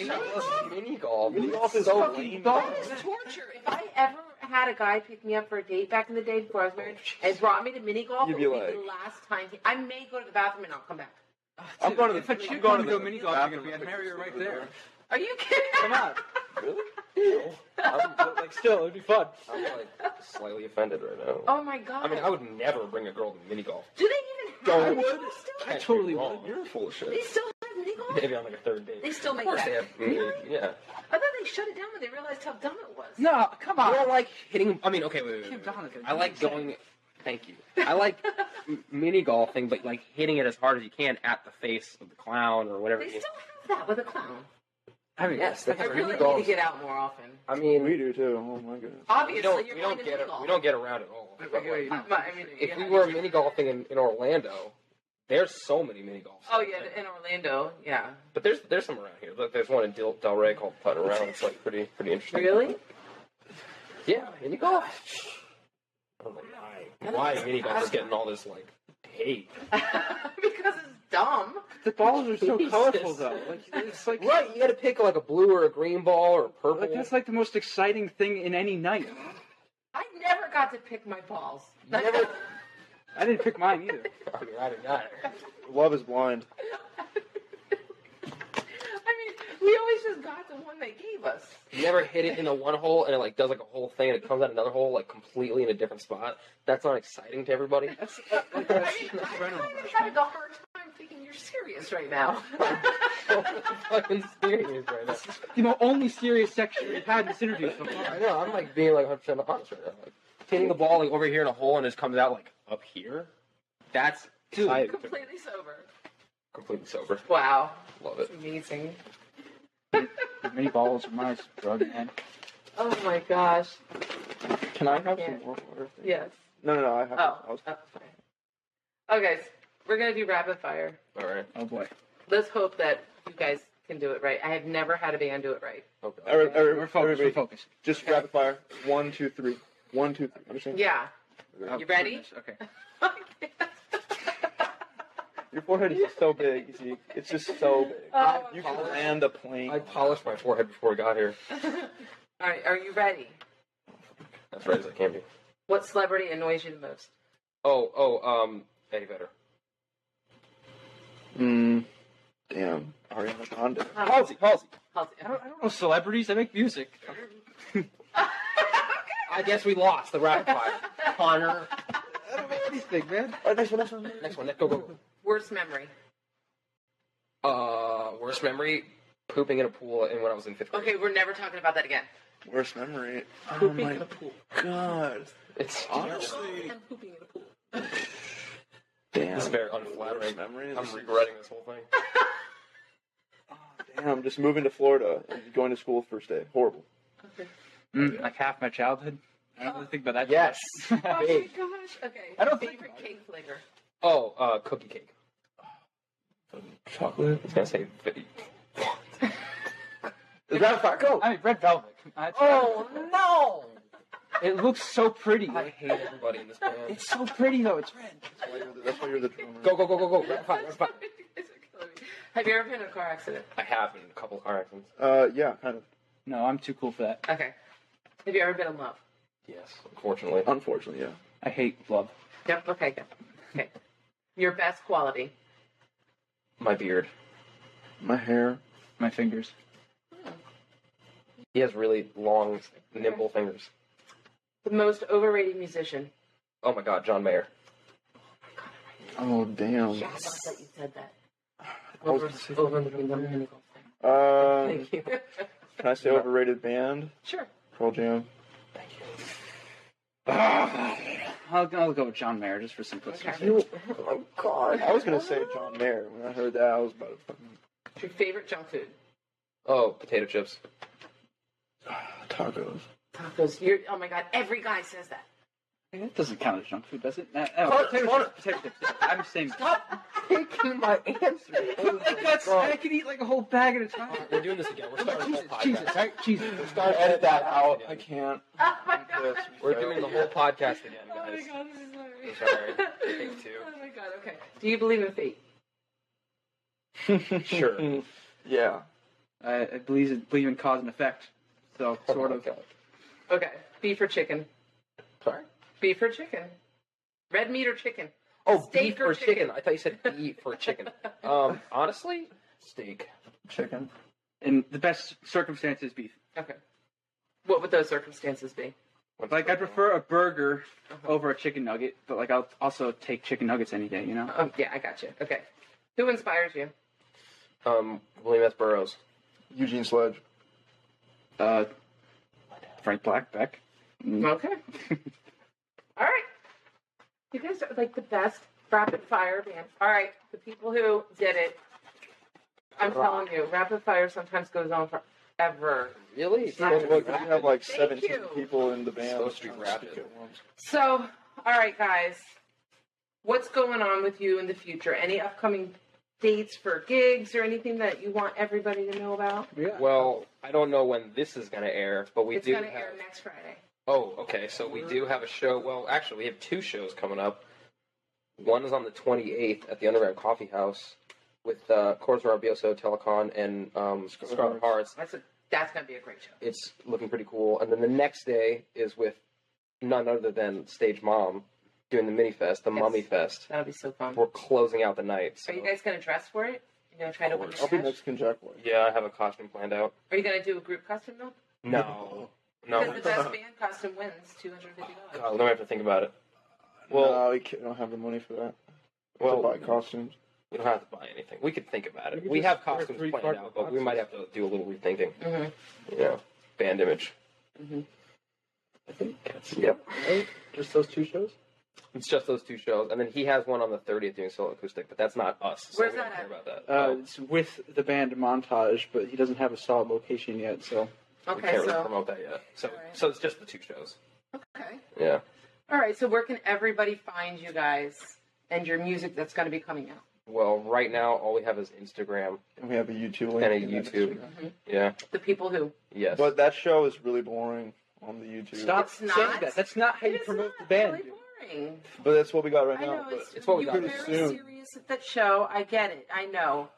Speaker 2: mini golf.
Speaker 3: Mini golf is
Speaker 2: so
Speaker 3: fucking
Speaker 2: lame.
Speaker 3: dumb.
Speaker 1: That is torture. If I ever had a guy pick me up for a date back in the day before I was married and brought me to mini golf,
Speaker 3: You'd
Speaker 1: it
Speaker 3: be
Speaker 1: would be
Speaker 3: like-
Speaker 1: the last time. He, I may go to the bathroom and I'll come back.
Speaker 3: I'm going to
Speaker 4: If a
Speaker 3: the. I'm
Speaker 4: chick
Speaker 3: going
Speaker 4: wanted
Speaker 3: to
Speaker 4: to go
Speaker 3: the
Speaker 4: mini golf, you're gonna be I'd marry her right there.
Speaker 1: Are you kidding?
Speaker 4: Come on.
Speaker 3: Really?
Speaker 2: I'm,
Speaker 5: Like, still, it'd be fun.
Speaker 2: I'm like slightly offended right now.
Speaker 1: Oh my God.
Speaker 2: I mean, I would never bring a girl to mini golf.
Speaker 1: Do they
Speaker 2: Go.
Speaker 1: even have
Speaker 2: I would.
Speaker 1: mini golf still?
Speaker 2: I
Speaker 4: totally
Speaker 2: wrong.
Speaker 3: You're full of
Speaker 1: They
Speaker 3: shit.
Speaker 1: still have mini golf.
Speaker 2: Maybe on like a third date.
Speaker 1: They still make
Speaker 2: Of course
Speaker 1: that.
Speaker 2: they have.
Speaker 1: Really?
Speaker 2: Yeah.
Speaker 1: I thought they shut it down when they realized how dumb it was.
Speaker 4: No, come on.
Speaker 2: I don't like hitting. I mean, okay, wait, wait,
Speaker 4: Kim
Speaker 2: wait, wait.
Speaker 4: Donovan,
Speaker 2: I like
Speaker 4: you said
Speaker 2: going. Thank you. I like m- mini golfing, but like hitting it as hard as you can at the face of the clown or whatever.
Speaker 1: They still
Speaker 2: it is.
Speaker 1: have that with a clown.
Speaker 4: I mean,
Speaker 2: Yes,
Speaker 1: I
Speaker 2: they have
Speaker 1: really
Speaker 2: mini
Speaker 1: need to
Speaker 2: golf.
Speaker 1: get out more often.
Speaker 2: I mean,
Speaker 3: We do too. Oh my goodness.
Speaker 1: Obviously,
Speaker 2: we don't,
Speaker 1: you're
Speaker 2: we
Speaker 1: going
Speaker 2: don't
Speaker 1: to
Speaker 2: get
Speaker 1: mini
Speaker 2: it.
Speaker 1: golf.
Speaker 2: We don't get around at all. But, like,
Speaker 1: But, I mean,
Speaker 2: if
Speaker 1: yeah.
Speaker 2: we were mini golfing in, in Orlando, there's so many mini golfs.
Speaker 1: Oh yeah, in Orlando, yeah.
Speaker 2: But there's there's some around here. Look, there's one in Del, Del Rey called Putt Around. It's like pretty pretty interesting.
Speaker 1: Really?
Speaker 2: Yeah, mini golf. I'm like, why why mini golf is getting all this like hate?
Speaker 1: because it's dumb.
Speaker 5: The balls are so
Speaker 2: Jesus.
Speaker 5: colorful, though. Like, it's like,
Speaker 2: Right, you got to pick like a blue or a green ball or a purple.
Speaker 4: Like, that's like the most exciting thing in any night.
Speaker 1: I never got to pick my balls.
Speaker 2: You never-
Speaker 4: I didn't pick mine either.
Speaker 2: I mean, I did not.
Speaker 3: Love is blind.
Speaker 1: I mean, we always just got the one they gave us.
Speaker 2: You never hit it in the one hole and it like does like a whole thing and it comes out another hole like completely in a different spot. That's not exciting to everybody.
Speaker 4: That's uh, like
Speaker 1: I
Speaker 4: a
Speaker 1: mean,
Speaker 4: secret
Speaker 1: I'm kind
Speaker 4: friend
Speaker 1: of
Speaker 4: of mine.
Speaker 1: having a hard time thinking you're serious right now.
Speaker 2: So fucking serious right now.
Speaker 4: The only serious section we've had in this interview so
Speaker 2: I
Speaker 4: far.
Speaker 2: know. I'm like being like 100 percent honest right now. Like hitting the ball like over here in a hole and it just comes out like up here. That's exciting. to me.
Speaker 1: Completely sober.
Speaker 2: completely sober.
Speaker 1: Wow,
Speaker 2: Love it.
Speaker 1: amazing.
Speaker 4: Many balls are my drug, man.
Speaker 1: Oh my gosh.
Speaker 3: Can I have
Speaker 1: Yeah.
Speaker 3: some more water?
Speaker 1: Yes.
Speaker 3: No, no, no. I have.
Speaker 1: Oh.
Speaker 3: I was,
Speaker 1: oh sorry. Oh, guys, we're gonna do rapid fire.
Speaker 2: All right.
Speaker 4: Oh boy.
Speaker 1: Let's hope that you guys can do it right. I have never had a band do it right.
Speaker 2: Okay.
Speaker 3: All right, all right,
Speaker 4: We're focused. We're
Speaker 3: everybody,
Speaker 4: focused.
Speaker 3: Just rapid fire. One, two, three. One, two, three. Understand?
Speaker 1: Yeah.
Speaker 4: Oh,
Speaker 1: You ready?
Speaker 4: goodness, Okay.
Speaker 3: Your forehead is just so big. You see, it's just so big.
Speaker 1: Oh,
Speaker 3: you
Speaker 2: God.
Speaker 3: can land a plane.
Speaker 2: I polished my forehead before we got here.
Speaker 1: All right, are you ready?
Speaker 2: That's right as I can be.
Speaker 1: What celebrity annoys you the most?
Speaker 2: Oh, oh, um, Eddie Vedder.
Speaker 3: Mm. Damn. Ariana Grande.
Speaker 2: Halsey, Halsey.
Speaker 1: Halsey.
Speaker 4: I don't, I don't know Oh, celebrities. I make music.
Speaker 2: I guess we lost the rapid fire. Connor.
Speaker 4: I don't know anything, man.
Speaker 3: All right, next one. Next one.
Speaker 2: Next one. Go, go,
Speaker 1: Worst memory.
Speaker 2: go. Uh, worst memory? Pooping in a pool and when I was in fifth grade.
Speaker 1: Okay, we're never talking about that again.
Speaker 3: Worst memory. Oh
Speaker 1: Pooping
Speaker 3: my
Speaker 1: in a pool.
Speaker 3: god.
Speaker 2: It's
Speaker 3: Honestly,
Speaker 1: I'm pooping in a pool.
Speaker 3: Damn.
Speaker 2: It's very unflattering.
Speaker 3: Memories.
Speaker 2: I'm regretting this whole thing.
Speaker 3: Damn, just moving to Florida and going to school first day. Horrible.
Speaker 4: Mm, like half my childhood. I don't really think about that. too
Speaker 2: Yes.
Speaker 4: much.
Speaker 1: Oh my
Speaker 2: Babe.
Speaker 1: gosh. Okay.
Speaker 2: I don't think
Speaker 1: favorite cake flavor.
Speaker 2: Oh, uh, cookie cake.
Speaker 3: Chocolate.
Speaker 2: I was gonna say. fifty.
Speaker 3: Is that a fact? Go.
Speaker 4: I mean, red velvet. I-
Speaker 2: Oh no!
Speaker 4: It looks so pretty.
Speaker 2: I hate everybody in this band.
Speaker 4: It's so pretty though. It's red.
Speaker 3: That's why you're the, that's why you're the drummer.
Speaker 2: Go go go go go! Rapid fire, rapid fire.
Speaker 1: Have you ever been in a car accident?
Speaker 2: I have been in a couple car accidents.
Speaker 3: Uh, yeah, kind of.
Speaker 4: No, I'm too cool for that.
Speaker 1: Okay. Have you ever been in love?
Speaker 2: Yes, unfortunately.
Speaker 3: Unfortunately, yeah.
Speaker 4: I hate love.
Speaker 1: Yep. Okay. Good. Okay. Your best quality.
Speaker 2: My beard.
Speaker 3: My hair.
Speaker 4: My fingers.
Speaker 2: He has really long, nimble fingers.
Speaker 1: The most overrated musician.
Speaker 2: Oh my God, John Mayer.
Speaker 3: Oh damn.
Speaker 1: Yeah, I love that you said that.
Speaker 3: I was
Speaker 1: Over,
Speaker 3: gonna say
Speaker 1: overlooking the Golden Eagles.
Speaker 3: Uh,
Speaker 1: Thank you.
Speaker 3: can I say overrated band?
Speaker 1: sure.
Speaker 3: Pearl Jam.
Speaker 4: I'll, I'll go with John Mayer just for simplicity.
Speaker 1: Okay.
Speaker 3: You, oh God. I was gonna say John Mayer when I heard that. I was about to fucking
Speaker 1: Your favorite junk food.
Speaker 2: Oh, potato chips.
Speaker 3: tacos.
Speaker 1: Tacos. You're, oh my god, every guy says that.
Speaker 4: That doesn't count as junk food, does it? No, no,
Speaker 2: Connor,
Speaker 4: potato
Speaker 2: Connor.
Speaker 4: chips, potato chips, potato chips. I'm saying.
Speaker 2: Taking my answer.
Speaker 4: That's, I could eat like a whole bag at a time.
Speaker 2: We're doing this again. We're starting the
Speaker 4: Jesus,
Speaker 2: whole podcast.
Speaker 4: Jesus, right? Jesus.
Speaker 3: Gotta edit that out. I can't.
Speaker 1: Oh my god.
Speaker 2: We're doing the whole podcast again,
Speaker 1: Oh my
Speaker 2: guys.
Speaker 1: god, this is hilarious.
Speaker 2: Sorry. Take two.
Speaker 1: Oh my god, okay. Do you believe in fate?
Speaker 2: Sure.
Speaker 3: Yeah.
Speaker 4: I, I believe, believe in cause and effect. So, sort of.
Speaker 2: Okay.
Speaker 1: Okay. Beef or chicken?
Speaker 2: Sorry.
Speaker 1: Beef or chicken? Red meat or chicken?
Speaker 2: Oh,
Speaker 1: Steak
Speaker 2: beef
Speaker 1: or
Speaker 2: or chicken.
Speaker 1: chicken?
Speaker 2: I thought you said beef or chicken. Um, honestly, steak.
Speaker 3: Chicken.
Speaker 4: In the best circumstances, beef.
Speaker 1: Okay. What would those circumstances be?
Speaker 4: Like, I prefer a burger over a chicken nugget, but like, I'll also take chicken nuggets any day, you know?
Speaker 1: Um, yeah, I got you. Okay. Who inspires you?
Speaker 2: um William S. Burroughs.
Speaker 3: Eugene Sledge.
Speaker 4: Uh, Frank Black, Beck.
Speaker 1: Okay. All right. You guys are like the best rapid fire band. All right. The people who did it, I'm telling you, rapid fire sometimes goes on forever.
Speaker 2: Really? It's not
Speaker 3: Well, look, we
Speaker 2: rapid.
Speaker 3: have like
Speaker 1: Thank
Speaker 3: 17
Speaker 1: you.
Speaker 3: people in the band.
Speaker 2: supposed to be rapid.
Speaker 3: Speak at once.
Speaker 1: So, all right, guys, what's going on with you in the future? Any upcoming dates for gigs or anything that you want everybody to know about?
Speaker 2: Well, I don't know when this is going to air, but we
Speaker 1: it's
Speaker 2: do
Speaker 1: going to
Speaker 2: have-
Speaker 1: air next Friday.
Speaker 2: Oh, okay. So we do have a show. Well, actually, we have two shows coming up. One is on the 28th at the Underground Coffee House with uh, Corso Rabioso, Telecon, and um, Scarlet Hearts.
Speaker 1: That's a that's going to be a great show.
Speaker 2: It's looking pretty cool. And then the next day is with none other than Stage Mom doing the mini fest, the
Speaker 1: Yes.
Speaker 2: Mummy Fest.
Speaker 1: That'll be so fun.
Speaker 2: We're closing out the night. So.
Speaker 1: Are you guys going to dress for it? You going to try to win
Speaker 3: I'll be
Speaker 1: cash?
Speaker 3: Mexican Jack White.
Speaker 2: Yeah, I have a costume planned out.
Speaker 1: Are you going to do a group costume though?
Speaker 2: No.
Speaker 1: Because
Speaker 2: No.
Speaker 1: the best band costume wins two hundred fifty dollars.
Speaker 2: God, let me have to think about it.
Speaker 3: Well,
Speaker 2: Well,
Speaker 3: we can't- don't have the money for that.
Speaker 2: well,
Speaker 3: to buy costumes.
Speaker 2: We don't have to buy anything. We could think about it.
Speaker 5: could
Speaker 2: We
Speaker 5: just
Speaker 2: have
Speaker 5: wear
Speaker 2: costumes
Speaker 5: three
Speaker 2: planned
Speaker 5: cardboard
Speaker 2: out, but we might have to do a little rethinking.
Speaker 1: Mm-hmm.
Speaker 2: You know, band image.
Speaker 5: I think that's
Speaker 2: Yep.
Speaker 5: right. Just those two shows.
Speaker 2: It's just those two shows, and then he has one on the 30th doing solo acoustic, but that's not us. So
Speaker 1: Where's
Speaker 2: we don't
Speaker 1: that
Speaker 2: care
Speaker 1: at?
Speaker 2: about that.
Speaker 5: Uh, it's with the band Montage, but he doesn't have a solid location yet. So
Speaker 2: we
Speaker 1: Okay,
Speaker 2: can't really
Speaker 1: so
Speaker 2: promote that yet. So,
Speaker 1: Alright.
Speaker 2: so it's just the two shows.
Speaker 1: okay,
Speaker 2: Yeah.
Speaker 1: all right. So where can everybody find you guys and your music that's going to be coming out?
Speaker 2: Well, right now all we have is Instagram.
Speaker 3: And we have a YouTube link.
Speaker 2: And a
Speaker 3: in that
Speaker 2: YouTube.
Speaker 3: Instagram.
Speaker 2: Yeah.
Speaker 1: The people who
Speaker 2: Yes.
Speaker 3: But that show is really boring on the YouTube.
Speaker 4: Stop
Speaker 1: It's
Speaker 4: saying
Speaker 1: not.
Speaker 4: that. That's not how you
Speaker 1: It's
Speaker 4: promote the
Speaker 1: not
Speaker 4: band.
Speaker 1: really boring.
Speaker 3: But that's what we got right
Speaker 1: I know
Speaker 3: now.
Speaker 1: it's,
Speaker 3: but-
Speaker 2: what we
Speaker 1: you
Speaker 2: got.
Speaker 1: were
Speaker 3: Pretty
Speaker 1: very
Speaker 3: soon.
Speaker 1: serious at that show. I get it. I know.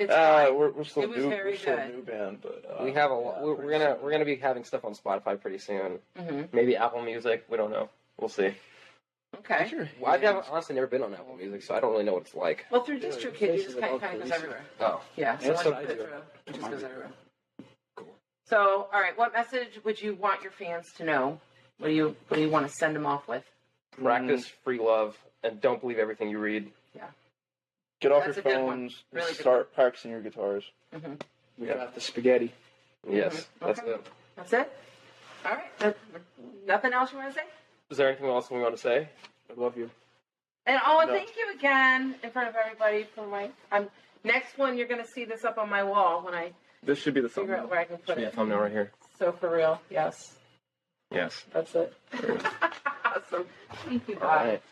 Speaker 1: It's
Speaker 3: Uh,
Speaker 1: fine.
Speaker 3: we're, we're still
Speaker 1: It was
Speaker 3: new.
Speaker 1: very
Speaker 3: We're still a
Speaker 1: good.
Speaker 3: new band, but uh,
Speaker 2: we have a. lot
Speaker 3: yeah,
Speaker 2: we're,
Speaker 3: pretty
Speaker 2: we're gonna
Speaker 3: soon.
Speaker 2: we're gonna be having stuff on Spotify pretty soon.
Speaker 1: Mhm.
Speaker 2: Maybe Apple Music. We don't know. We'll see.
Speaker 1: Okay.
Speaker 2: Well, I've never, honestly never been on Apple Music, so I don't really know what it's like.
Speaker 1: Well, through DistroKid, you
Speaker 5: places
Speaker 1: just
Speaker 5: with
Speaker 1: kind
Speaker 5: all
Speaker 1: of, kind of goes
Speaker 5: police.
Speaker 1: everywhere.
Speaker 2: Oh.
Speaker 1: Yeah, so once
Speaker 5: that's
Speaker 1: you put
Speaker 5: what I
Speaker 1: it
Speaker 5: do.
Speaker 1: through, it just goes everywhere.
Speaker 2: Cool.
Speaker 1: So, all right, what message would you want your fans to know? What do you What do you want to send them off with?
Speaker 2: Practice free love and don't believe everything you read.
Speaker 3: Get off
Speaker 1: That's a
Speaker 3: your
Speaker 1: good one.
Speaker 3: phones.
Speaker 1: Really
Speaker 3: and
Speaker 1: good
Speaker 3: start practicing your guitars.
Speaker 5: we
Speaker 2: Yeah.
Speaker 5: got the spaghetti.
Speaker 2: Yes, that's
Speaker 1: Mm-hmm. Okay.
Speaker 2: it.
Speaker 1: That's it. All right. That- nothing else you want to say?
Speaker 2: Is there anything else we want to say?
Speaker 5: I love you.
Speaker 1: And oh, and
Speaker 5: No.
Speaker 1: thank you again in front of everybody for my. I'm next one. You're gonna see this up on my wall when I
Speaker 2: This should be the
Speaker 1: figure out
Speaker 2: thumbnail.
Speaker 1: where I can put
Speaker 2: Should be the
Speaker 1: it.
Speaker 2: thumbnail right here.
Speaker 1: So for real, yes,
Speaker 2: Yes.
Speaker 1: that's it. awesome. Thank you,
Speaker 2: All
Speaker 1: Bob.
Speaker 2: right.